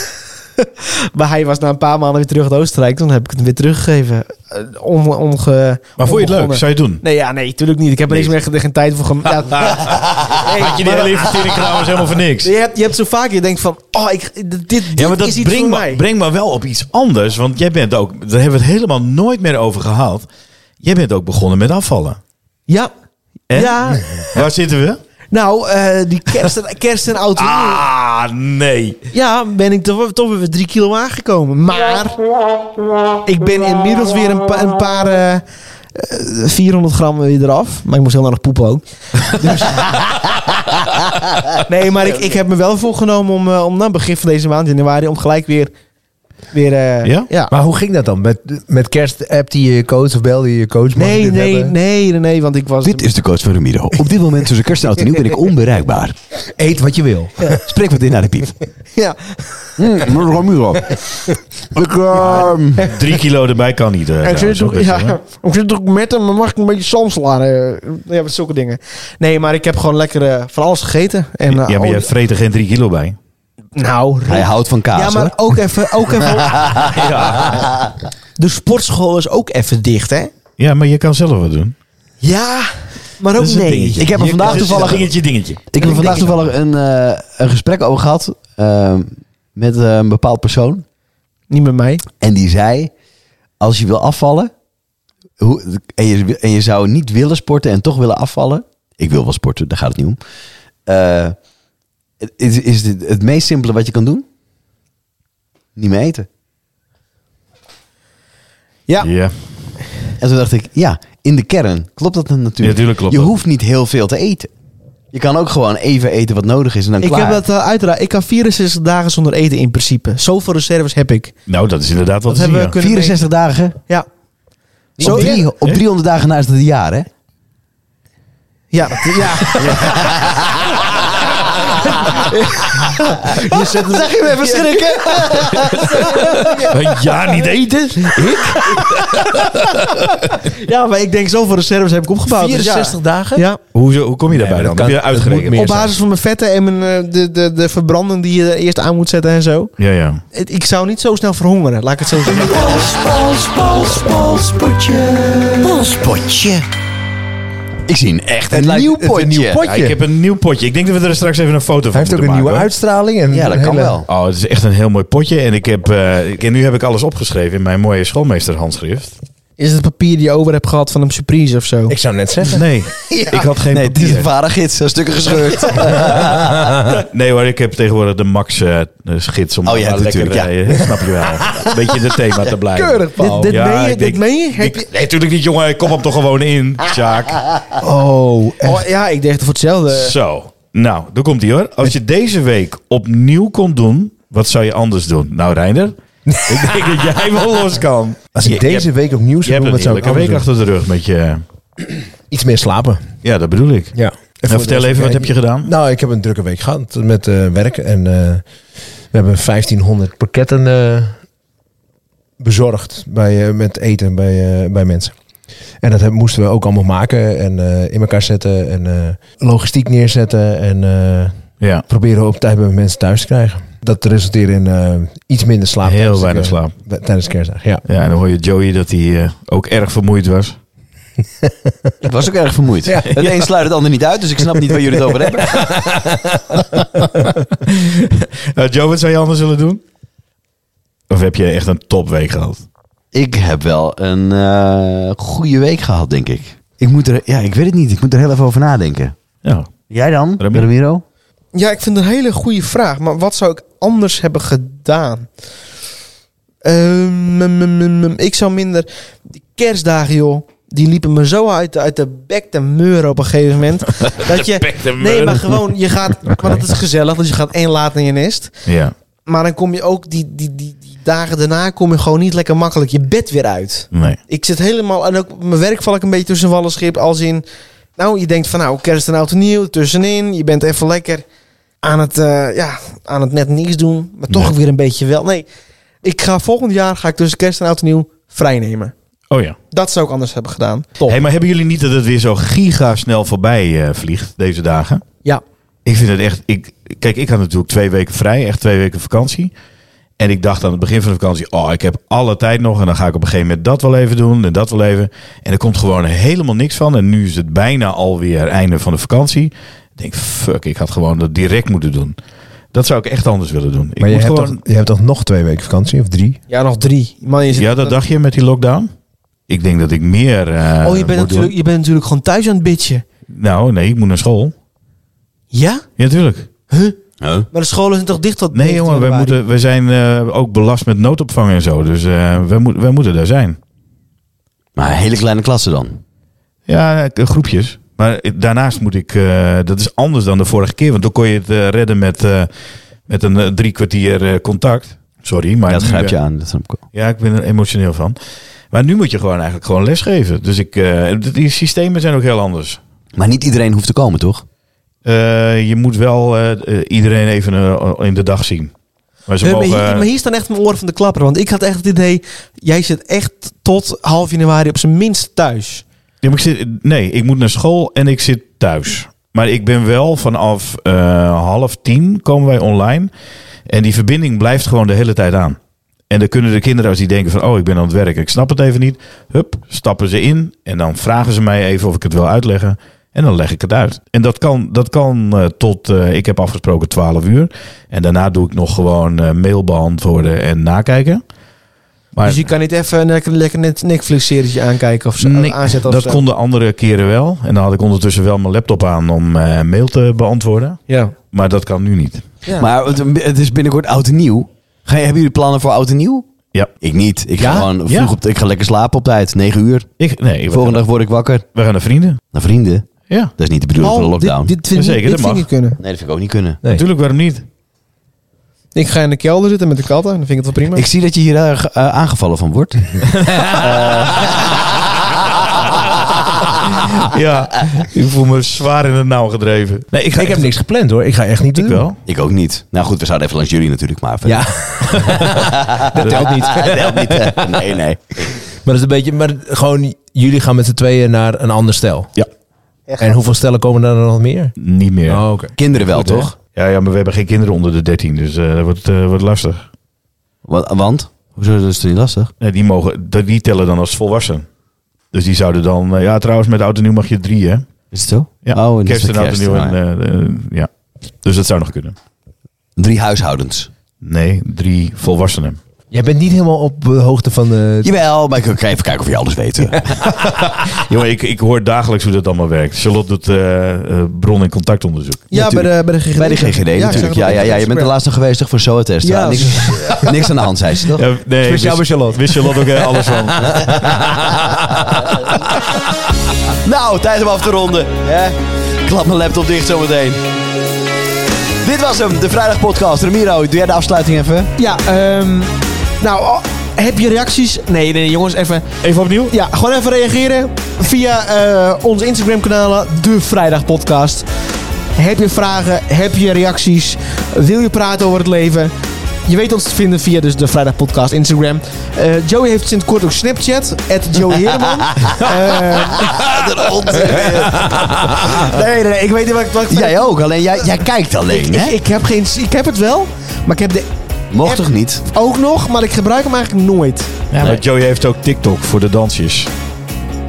S1: maar hij was na een paar maanden weer terug uit Oostenrijk. Dan heb ik het hem weer teruggegeven. Eh, on, onge,
S3: Maar vond je het leuk?
S1: onbegonnen.
S3: Zou je het doen?
S1: Nee, ja, nee, natuurlijk niet. Ik heb er niks meer ge- geen tijd voor gemaakt.
S3: Had je die hele investering trouwens helemaal voor niks?
S1: Je hebt, je hebt zo vaak, je denkt van, oh, ik, dit, dit
S3: Ja, maar
S1: is
S3: dat
S1: iets voor
S3: breng maar,
S1: mij.
S3: breng maar wel op iets anders. Want jij bent ook, daar hebben we het helemaal nooit meer over gehad. Jij bent ook begonnen met afvallen.
S1: Ja.
S3: En?
S1: Ja,
S3: Waar zitten we?
S1: nou, eh, die kerst en, kerst en oud en nieuw.
S3: Ah, nee.
S1: Ja, ben ik toch, toch weer drie kilo aangekomen. Maar ik ben inmiddels weer een, pa- een paar... eh, eh, 400 gram weer eraf. Maar ik moest heel nodig poepen ook. Dus- nee, maar ik, ik heb me wel voorgenomen om, eh, om na begin van deze maand, januari, om gelijk weer... weer eh,
S3: Ja?
S1: ja.
S4: Maar hoe ging dat dan? Met, met kerst appte je je coach of belde je je coach? Mag ik
S1: Nee,
S4: dit
S1: nee,
S4: hebben?
S1: nee, nee, nee, want ik was...
S2: Dit is de coach van Ramiro. Op dit moment tussen kerst en oud en nieuw ben ik onbereikbaar.
S4: Eet wat je wil.
S2: Spreek wat in naar de piep.
S1: Ja.
S2: Hm, Ramiro. Ik, ehm,
S3: Drie kilo erbij kan niet. eh,
S1: Ik
S3: trouwens,
S1: zit, ook,
S3: ook, weet je
S1: ja,
S3: wel.
S1: ik zit ook met hem, maar mag ik een beetje salmslaan? Ja, wat zulke dingen. Nee, maar ik heb gewoon lekker eh, van alles gegeten. En, eh,
S3: Ja, maar
S1: al
S3: jij
S1: die-
S3: vreet er geen drie kilo bij.
S1: Nou,
S2: Hij houdt van kaas
S1: ja, maar
S2: hoor.
S1: ook even... Ook even De sportschool is ook even dicht, hè?
S3: Ja, maar je kan zelf wat doen.
S1: Ja, maar ook
S3: Dat is een
S1: nee.
S3: dingetje.
S2: Ik heb er
S3: Je-
S1: Nou,
S2: vandaag
S3: dat is
S2: toevallig-
S3: een Dingetje, dingetje.
S2: Ik heb er vandaag toevallig een, eh, een gesprek over gehad ehm, met eh, een bepaald persoon.
S1: Niet met mij.
S2: En die zei, als je wil afvallen, hoe, en, je, en je zou niet willen sporten en toch willen afvallen. Ik wil wel sporten, daar gaat het niet om. Eh, het is, is dit het meest simpele wat je kan doen? Niet meer eten.
S1: Ja.
S3: Ja.
S2: En toen dacht ik, ja, in de kern klopt dat dan natuurlijk.
S3: Ja, natuurlijk klopt
S2: je
S3: dat.
S2: hoeft niet heel veel te eten. Je kan ook gewoon even eten wat nodig is en dan
S1: Ik
S2: klaar.
S1: heb dat eh, uiteraard. Ik kan 64 dagen zonder eten in principe. Zoveel reserves heb ik.
S3: Nou, dat is inderdaad
S1: Dat
S3: wat te zien,
S1: hebben we
S3: ja.
S1: kunnen
S2: 64 dagen.
S1: Ja.
S2: op, drie-
S1: ja.
S2: op 300 dagen na is dat een jaar, hè?
S1: Ja, dat- ja. Je zet het,
S2: je me even schrikken?
S3: Een jaar niet eten?
S1: ja, maar ik denk zoveel reserves heb ik opgebouwd. Dus ja.
S4: 64 dagen?
S1: Ja.
S3: Hoe, hoe kom je daarbij
S4: Nee, maar
S3: dan?
S4: dat
S3: Heb je
S4: kan- dat
S3: uitgerekend?
S4: moet
S1: Op
S4: meer zijn.
S1: basis van mijn vetten en mijn, eh, de, de, de verbranding die je er eerst aan moet zetten en zo.
S3: Ja, ja.
S1: Het- Ik zou niet zo snel verhongeren, laat ik het zo zeggen.
S2: Ik zie een echt een,
S4: Het lijkt-
S2: nieuw
S4: het is een
S2: potje.
S4: nieuw potje.
S3: Ja, ik heb een nieuw potje. Ik denk dat we er straks even een foto van
S4: Hij heeft ook
S3: moeten
S4: een nieuwe
S3: maken, hoor.
S4: uitstraling. En
S2: Ja, dat
S4: een
S2: kan
S4: hele-
S2: wel.
S3: Oh, het is echt een heel mooi potje. En ik heb, eh, ik- en nu heb ik alles opgeschreven in mijn mooie schoolmeesterhandschrift.
S1: Is het papier die je over hebt gehad van een surprise of zo?
S4: Ik zou net zeggen.
S3: Nee, ik had geen
S2: Nee, het is
S3: papier.
S2: een ware gids. Een stukken gescheurd.
S3: Nee hoor, ik heb tegenwoordig de Max-gids om
S2: Oh ja,
S3: maar lekker
S2: natuurlijk, ja.
S3: eh, snap je wel. Beetje in het thema te blijven.
S4: Keurig,
S1: Dit, dit
S3: Ja,
S1: meen je? Dit
S3: ik denk-
S1: meen je? Heb
S3: Ik- nee, natuurlijk niet, jongen. Kom hem toch gewoon in, Sjaak.
S4: Oh,
S1: je- Oh, ja, ik dacht voor hetzelfde.
S3: Zo. Nou, daar komt hij hoor. Als je deze week opnieuw kon doen, wat zou je anders doen? Nou, Reinder, ik denk dat jij wel los kan.
S4: Als ik
S3: Je-
S4: deze
S3: je,
S4: week opnieuw
S3: je
S4: zou
S3: hebt
S4: doen,
S3: een
S4: wat zou ik
S3: heerlijke week
S4: anders doen?
S3: achter de rug met je...
S4: Iets meer slapen.
S3: Ja, dat bedoel ik.
S4: Ja.
S3: Nou, vertel even, wat heb je gedaan?
S4: Nou, ik heb een drukke week gehad met eh, werk. En eh, we hebben 1500 pakketten eh, bezorgd bij, eh, met eten bij, eh, bij mensen. En dat heb- moesten we ook allemaal maken en eh, in elkaar zetten en eh, logistiek neerzetten. En eh,
S3: Ja,
S4: proberen op tijd bij mensen thuis te krijgen. Dat resulteert in eh, iets minder slaap.
S3: heel
S4: tijdens de
S3: weinig
S4: ke-
S3: slaap.
S4: bij- Tijdens kerstdag, ja.
S3: Ja, en dan hoor je Joey dat hij eh, ook erg vermoeid was.
S2: Ik was ook erg vermoeid.
S4: Ja.
S2: het een sluit het ander niet uit, dus ik snap niet waar jullie het over hebben.
S3: Nou, Joe, wat zou je anders willen doen? Of heb je echt een topweek gehad?
S2: Ik heb wel een eh, goede week gehad, denk ik. Ik moet er, ja, ik weet het niet. Ik moet er heel even over nadenken.
S3: Ja.
S2: Jij dan,
S3: Ramiro?
S2: Ramiro?
S1: Ja, ik vind het een hele goede vraag. Maar wat zou ik anders hebben gedaan? Ehm, mm, mm, mm, mm, ik zou minder... Die kerstdagen, joh. Die liepen me zo uit, de- uit de bek te meuren op een gegeven moment. dat je, nee, maar gewoon, je gaat... Want het is gezellig, dus je gaat één laat naar je nest.
S3: Ja.
S1: Maar dan kom je ook die, die, die, die dagen daarna... kom je gewoon niet lekker makkelijk je bed weer uit.
S3: Nee.
S1: Ik zit helemaal... En ook op mijn werk val ik een beetje tussen wal en schip. Als in... Nou, je denkt van nou, kerst en oud en nieuw, tussenin. Je bent even lekker aan het, eh, ja, aan het net niks doen. Maar toch
S3: Nee.
S1: weer een beetje wel. Nee, ik ga volgend jaar ga ik tussen kerst en oud en nieuw vrij nemen.
S3: Oh ja.
S1: Dat zou ik anders hebben gedaan.
S3: Hé, hey, maar hebben jullie niet dat het weer zo giga snel voorbij eh, vliegt deze dagen?
S1: Ja.
S3: Ik vind het echt. Ik, kijk, ik had natuurlijk twee weken vrij, echt twee weken vakantie. En ik dacht aan het begin van de vakantie, oh, ik heb alle tijd nog. En dan ga ik op een gegeven moment dat wel even doen en dat wel even. En er komt gewoon helemaal niks van. En nu is het bijna alweer einde van de vakantie. Ik denk, fuck, ik had gewoon dat direct moeten doen. Dat zou ik echt anders willen doen. Ik
S4: Maar je
S3: moet
S4: hebt,
S3: gewoon...
S4: toch, je hebt toch nog twee weken vakantie of drie?
S1: Ja, nog drie. Man, je zit-
S3: Ja, dat dacht je met die lockdown? Ik denk dat ik meer. eh,
S1: Oh, je bent,
S3: moet doen.
S1: natuurlijk, je bent natuurlijk gewoon thuis aan het bitchen.
S3: Nou, nee, ik moet naar school.
S1: Ja?
S3: Ja, natuurlijk.
S1: Maar de scholen zijn toch dicht tot
S3: Nee,
S1: 19
S3: jongen, wij,
S1: januari?
S3: moeten, wij zijn eh, ook belast met noodopvang en zo. Dus eh, wij, moet, wij moeten daar zijn.
S2: Maar een hele kleine klasse dan.
S3: Ja, eh, groepjes. Maar daarnaast moet ik. eh, dat is anders dan de vorige keer. Want dan kon je het eh, redden met, eh, met een eh, drie kwartier eh, contact. Sorry, maar.
S2: dat
S3: nu,
S2: grijp je
S3: eh,
S2: aan. Dat snap ik wel.
S3: Ja, ik ben er emotioneel van. Maar nu moet je gewoon eigenlijk gewoon lesgeven. Dus ik, eh, die systemen zijn ook heel anders.
S2: Maar niet iedereen hoeft te komen, toch?
S3: Eh, je moet wel eh, eh, iedereen even eh, in de dag zien. Maar ze
S1: Nee, maar,
S3: mogen...
S1: hier, maar hier staan echt mijn oren van de klapper. Want ik had echt het idee, jij zit echt tot half januari op zijn minst thuis.
S3: Ja, maar ik zit- nee, ik moet naar school en ik zit thuis. Maar ik ben wel vanaf eh, half tien komen wij online. En die verbinding blijft gewoon de hele tijd aan. En dan kunnen de kinderen als die denken van... oh, ik ben aan het werk, ik snap het even niet. Hup, stappen ze in en dan vragen ze mij even of ik het wil uitleggen. En dan leg ik het uit. En dat kan, dat kan eh, tot, eh, ik heb afgesproken 12 uur. En daarna doe ik nog gewoon eh, mail beantwoorden en nakijken. Maar
S1: dus je kan niet even een lekker, lekker net Netflix-serietje aankijken of zo,
S3: Nee,
S1: aanzetten of
S3: dat
S1: zo.
S3: kon de andere keren wel. En dan had ik ondertussen wel mijn laptop aan om eh, mail te beantwoorden.
S1: Ja.
S3: Maar dat kan nu niet.
S1: Ja.
S2: Maar het, het is binnenkort oud en nieuw. Ga je, hebben jullie plannen voor oud en nieuw?
S3: Ja.
S2: Ik niet. Ik ga
S3: Ja?
S2: gewoon
S3: Ja.
S2: vroeg op, ik ga lekker slapen op tijd. 9 uur.
S3: Ik, nee, we
S2: Volgende
S3: gaan,
S2: dag word ik wakker.
S3: we gaan naar vrienden.
S2: Naar vrienden.
S3: Ja.
S2: Dat is niet de bedoeling van de
S1: Oh,
S2: lockdown.
S1: dit, dit vind, ik-
S3: Zeker,
S1: dit
S3: dat
S1: vind ik
S3: mag.
S1: niet kunnen.
S2: Nee, dat vind ik ook niet kunnen.
S4: Nee.
S3: Tuurlijk, waarom niet?
S1: Ik ga in de kelder zitten met de katten. Dan vind ik het wel prima.
S2: Ik zie dat je hier erg eh, aangevallen van wordt.
S3: ja, ik voel me zwaar in het nauw gedreven. Nee, ik, ga
S4: Ik heb
S3: echt-
S4: niks gepland hoor. Ik ga echt niet
S3: Ik
S4: doen.
S3: wel.
S2: ik ook niet. Nou goed, we zouden even langs jullie natuurlijk maar. verder.
S4: Ja,
S3: Dat
S2: Ah, dat helpt niet. hè. Nee, nee.
S4: maar dat is een beetje. Maar gewoon, jullie gaan met z'n tweeën naar een ander stel.
S3: Ja.
S4: En hoeveel stellen komen er dan nog meer?
S3: Niet meer.
S4: Oh, oké.
S2: Kinderen wel, toch?
S3: Ja, ja, maar we hebben geen kinderen onder de 13, dus eh, dat wordt, eh, wordt lastig.
S2: Wa- Want? Hoezo dat is het niet lastig?
S3: Nee, die, mogen, dat- die tellen dan als volwassen. Dus die zouden dan... eh, ja, trouwens, met oud en nieuw mag je drie, hè?
S2: Is het zo?
S3: Ja,
S2: Oh, en
S3: kerst en oud en nieuw.
S2: nieuw.
S3: En, eh, eh, ja. Dus dat zou nog kunnen.
S2: Drie huishoudens.
S3: Nee, drie volwassenen.
S4: Jij bent niet helemaal op de hoogte van de...
S2: Jawel, maar ik ik ga even kijken of je alles weet. hè.
S3: Jongen, ik, ik hoor dagelijks hoe dat allemaal werkt. Charlotte doet eh, eh, bron- en contactonderzoek.
S1: ja, bij
S2: natuurlijk.
S1: de, bij de GGD.
S2: Bij de GGD
S1: ik zag
S2: natuurlijk.
S1: het
S2: Ja,
S1: op
S2: ja, ja, je bent de
S1: Instagram.
S2: laatste geweest toch, voor zo'n test.
S1: Ja.
S2: Ja, niks, niks aan de hand, zei ze toch?
S3: Ja, nee,
S4: Speciaal bij
S3: wist-
S4: Charlotte.
S3: Wist Charlotte ook eh, alles van.
S2: Nou, tijd om af te ronden. Hè? Klap mijn laptop dicht zometeen. Dit was hem, de vrijdagpodcast. Ramiro, doe jij de afsluiting even?
S1: Ja, ehm, nou, oh, heb je reacties? Nee, nee, jongens, even.
S3: Even opnieuw.
S1: Ja, gewoon even reageren via eh, onze Instagram-kanalen, De Vrijdag Podcast. Heb je vragen? Heb je reacties? Wil je praten over het leven? Je weet ons te vinden via dus de Vrijdag Podcast Instagram. Eh, Joey heeft sinds kort ook Snapchat, at Joey Heerman. Eh,
S2: de onzin.
S1: nee, nee, nee, ik weet niet wat ik... Wat ik-
S2: Jij ook, alleen jij, jij kijkt alleen,
S1: ik,
S2: hè?
S1: ik heb geen, ik heb het wel, maar ik heb de
S2: Mocht toch niet?
S1: ook nog, maar ik gebruik hem eigenlijk nooit.
S3: Ja, maar Joey heeft ook TikTok voor de dansjes.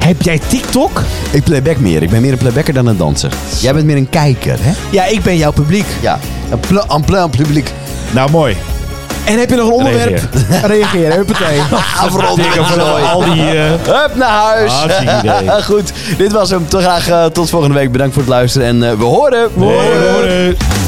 S1: Heb jij TikTok?
S2: Ik playback meer. Ik ben meer een playbacker dan een danser. Jij bent meer een kijker, hè?
S1: Ja, ik ben jouw publiek.
S2: Ja. Een pl- en plein publiek.
S3: Nou, mooi.
S1: En heb je nog een onderwerp? Reageer, huppatee.
S2: Afronden.
S3: Dikke voor
S2: Mooi.
S3: al die... eh,
S2: Hup, naar huis. Ah,
S3: Hartstikke idee.
S2: Goed, dit was hem. Tot graag eh, tot volgende week. Bedankt voor het luisteren en eh, we horen.
S3: Hey, horen.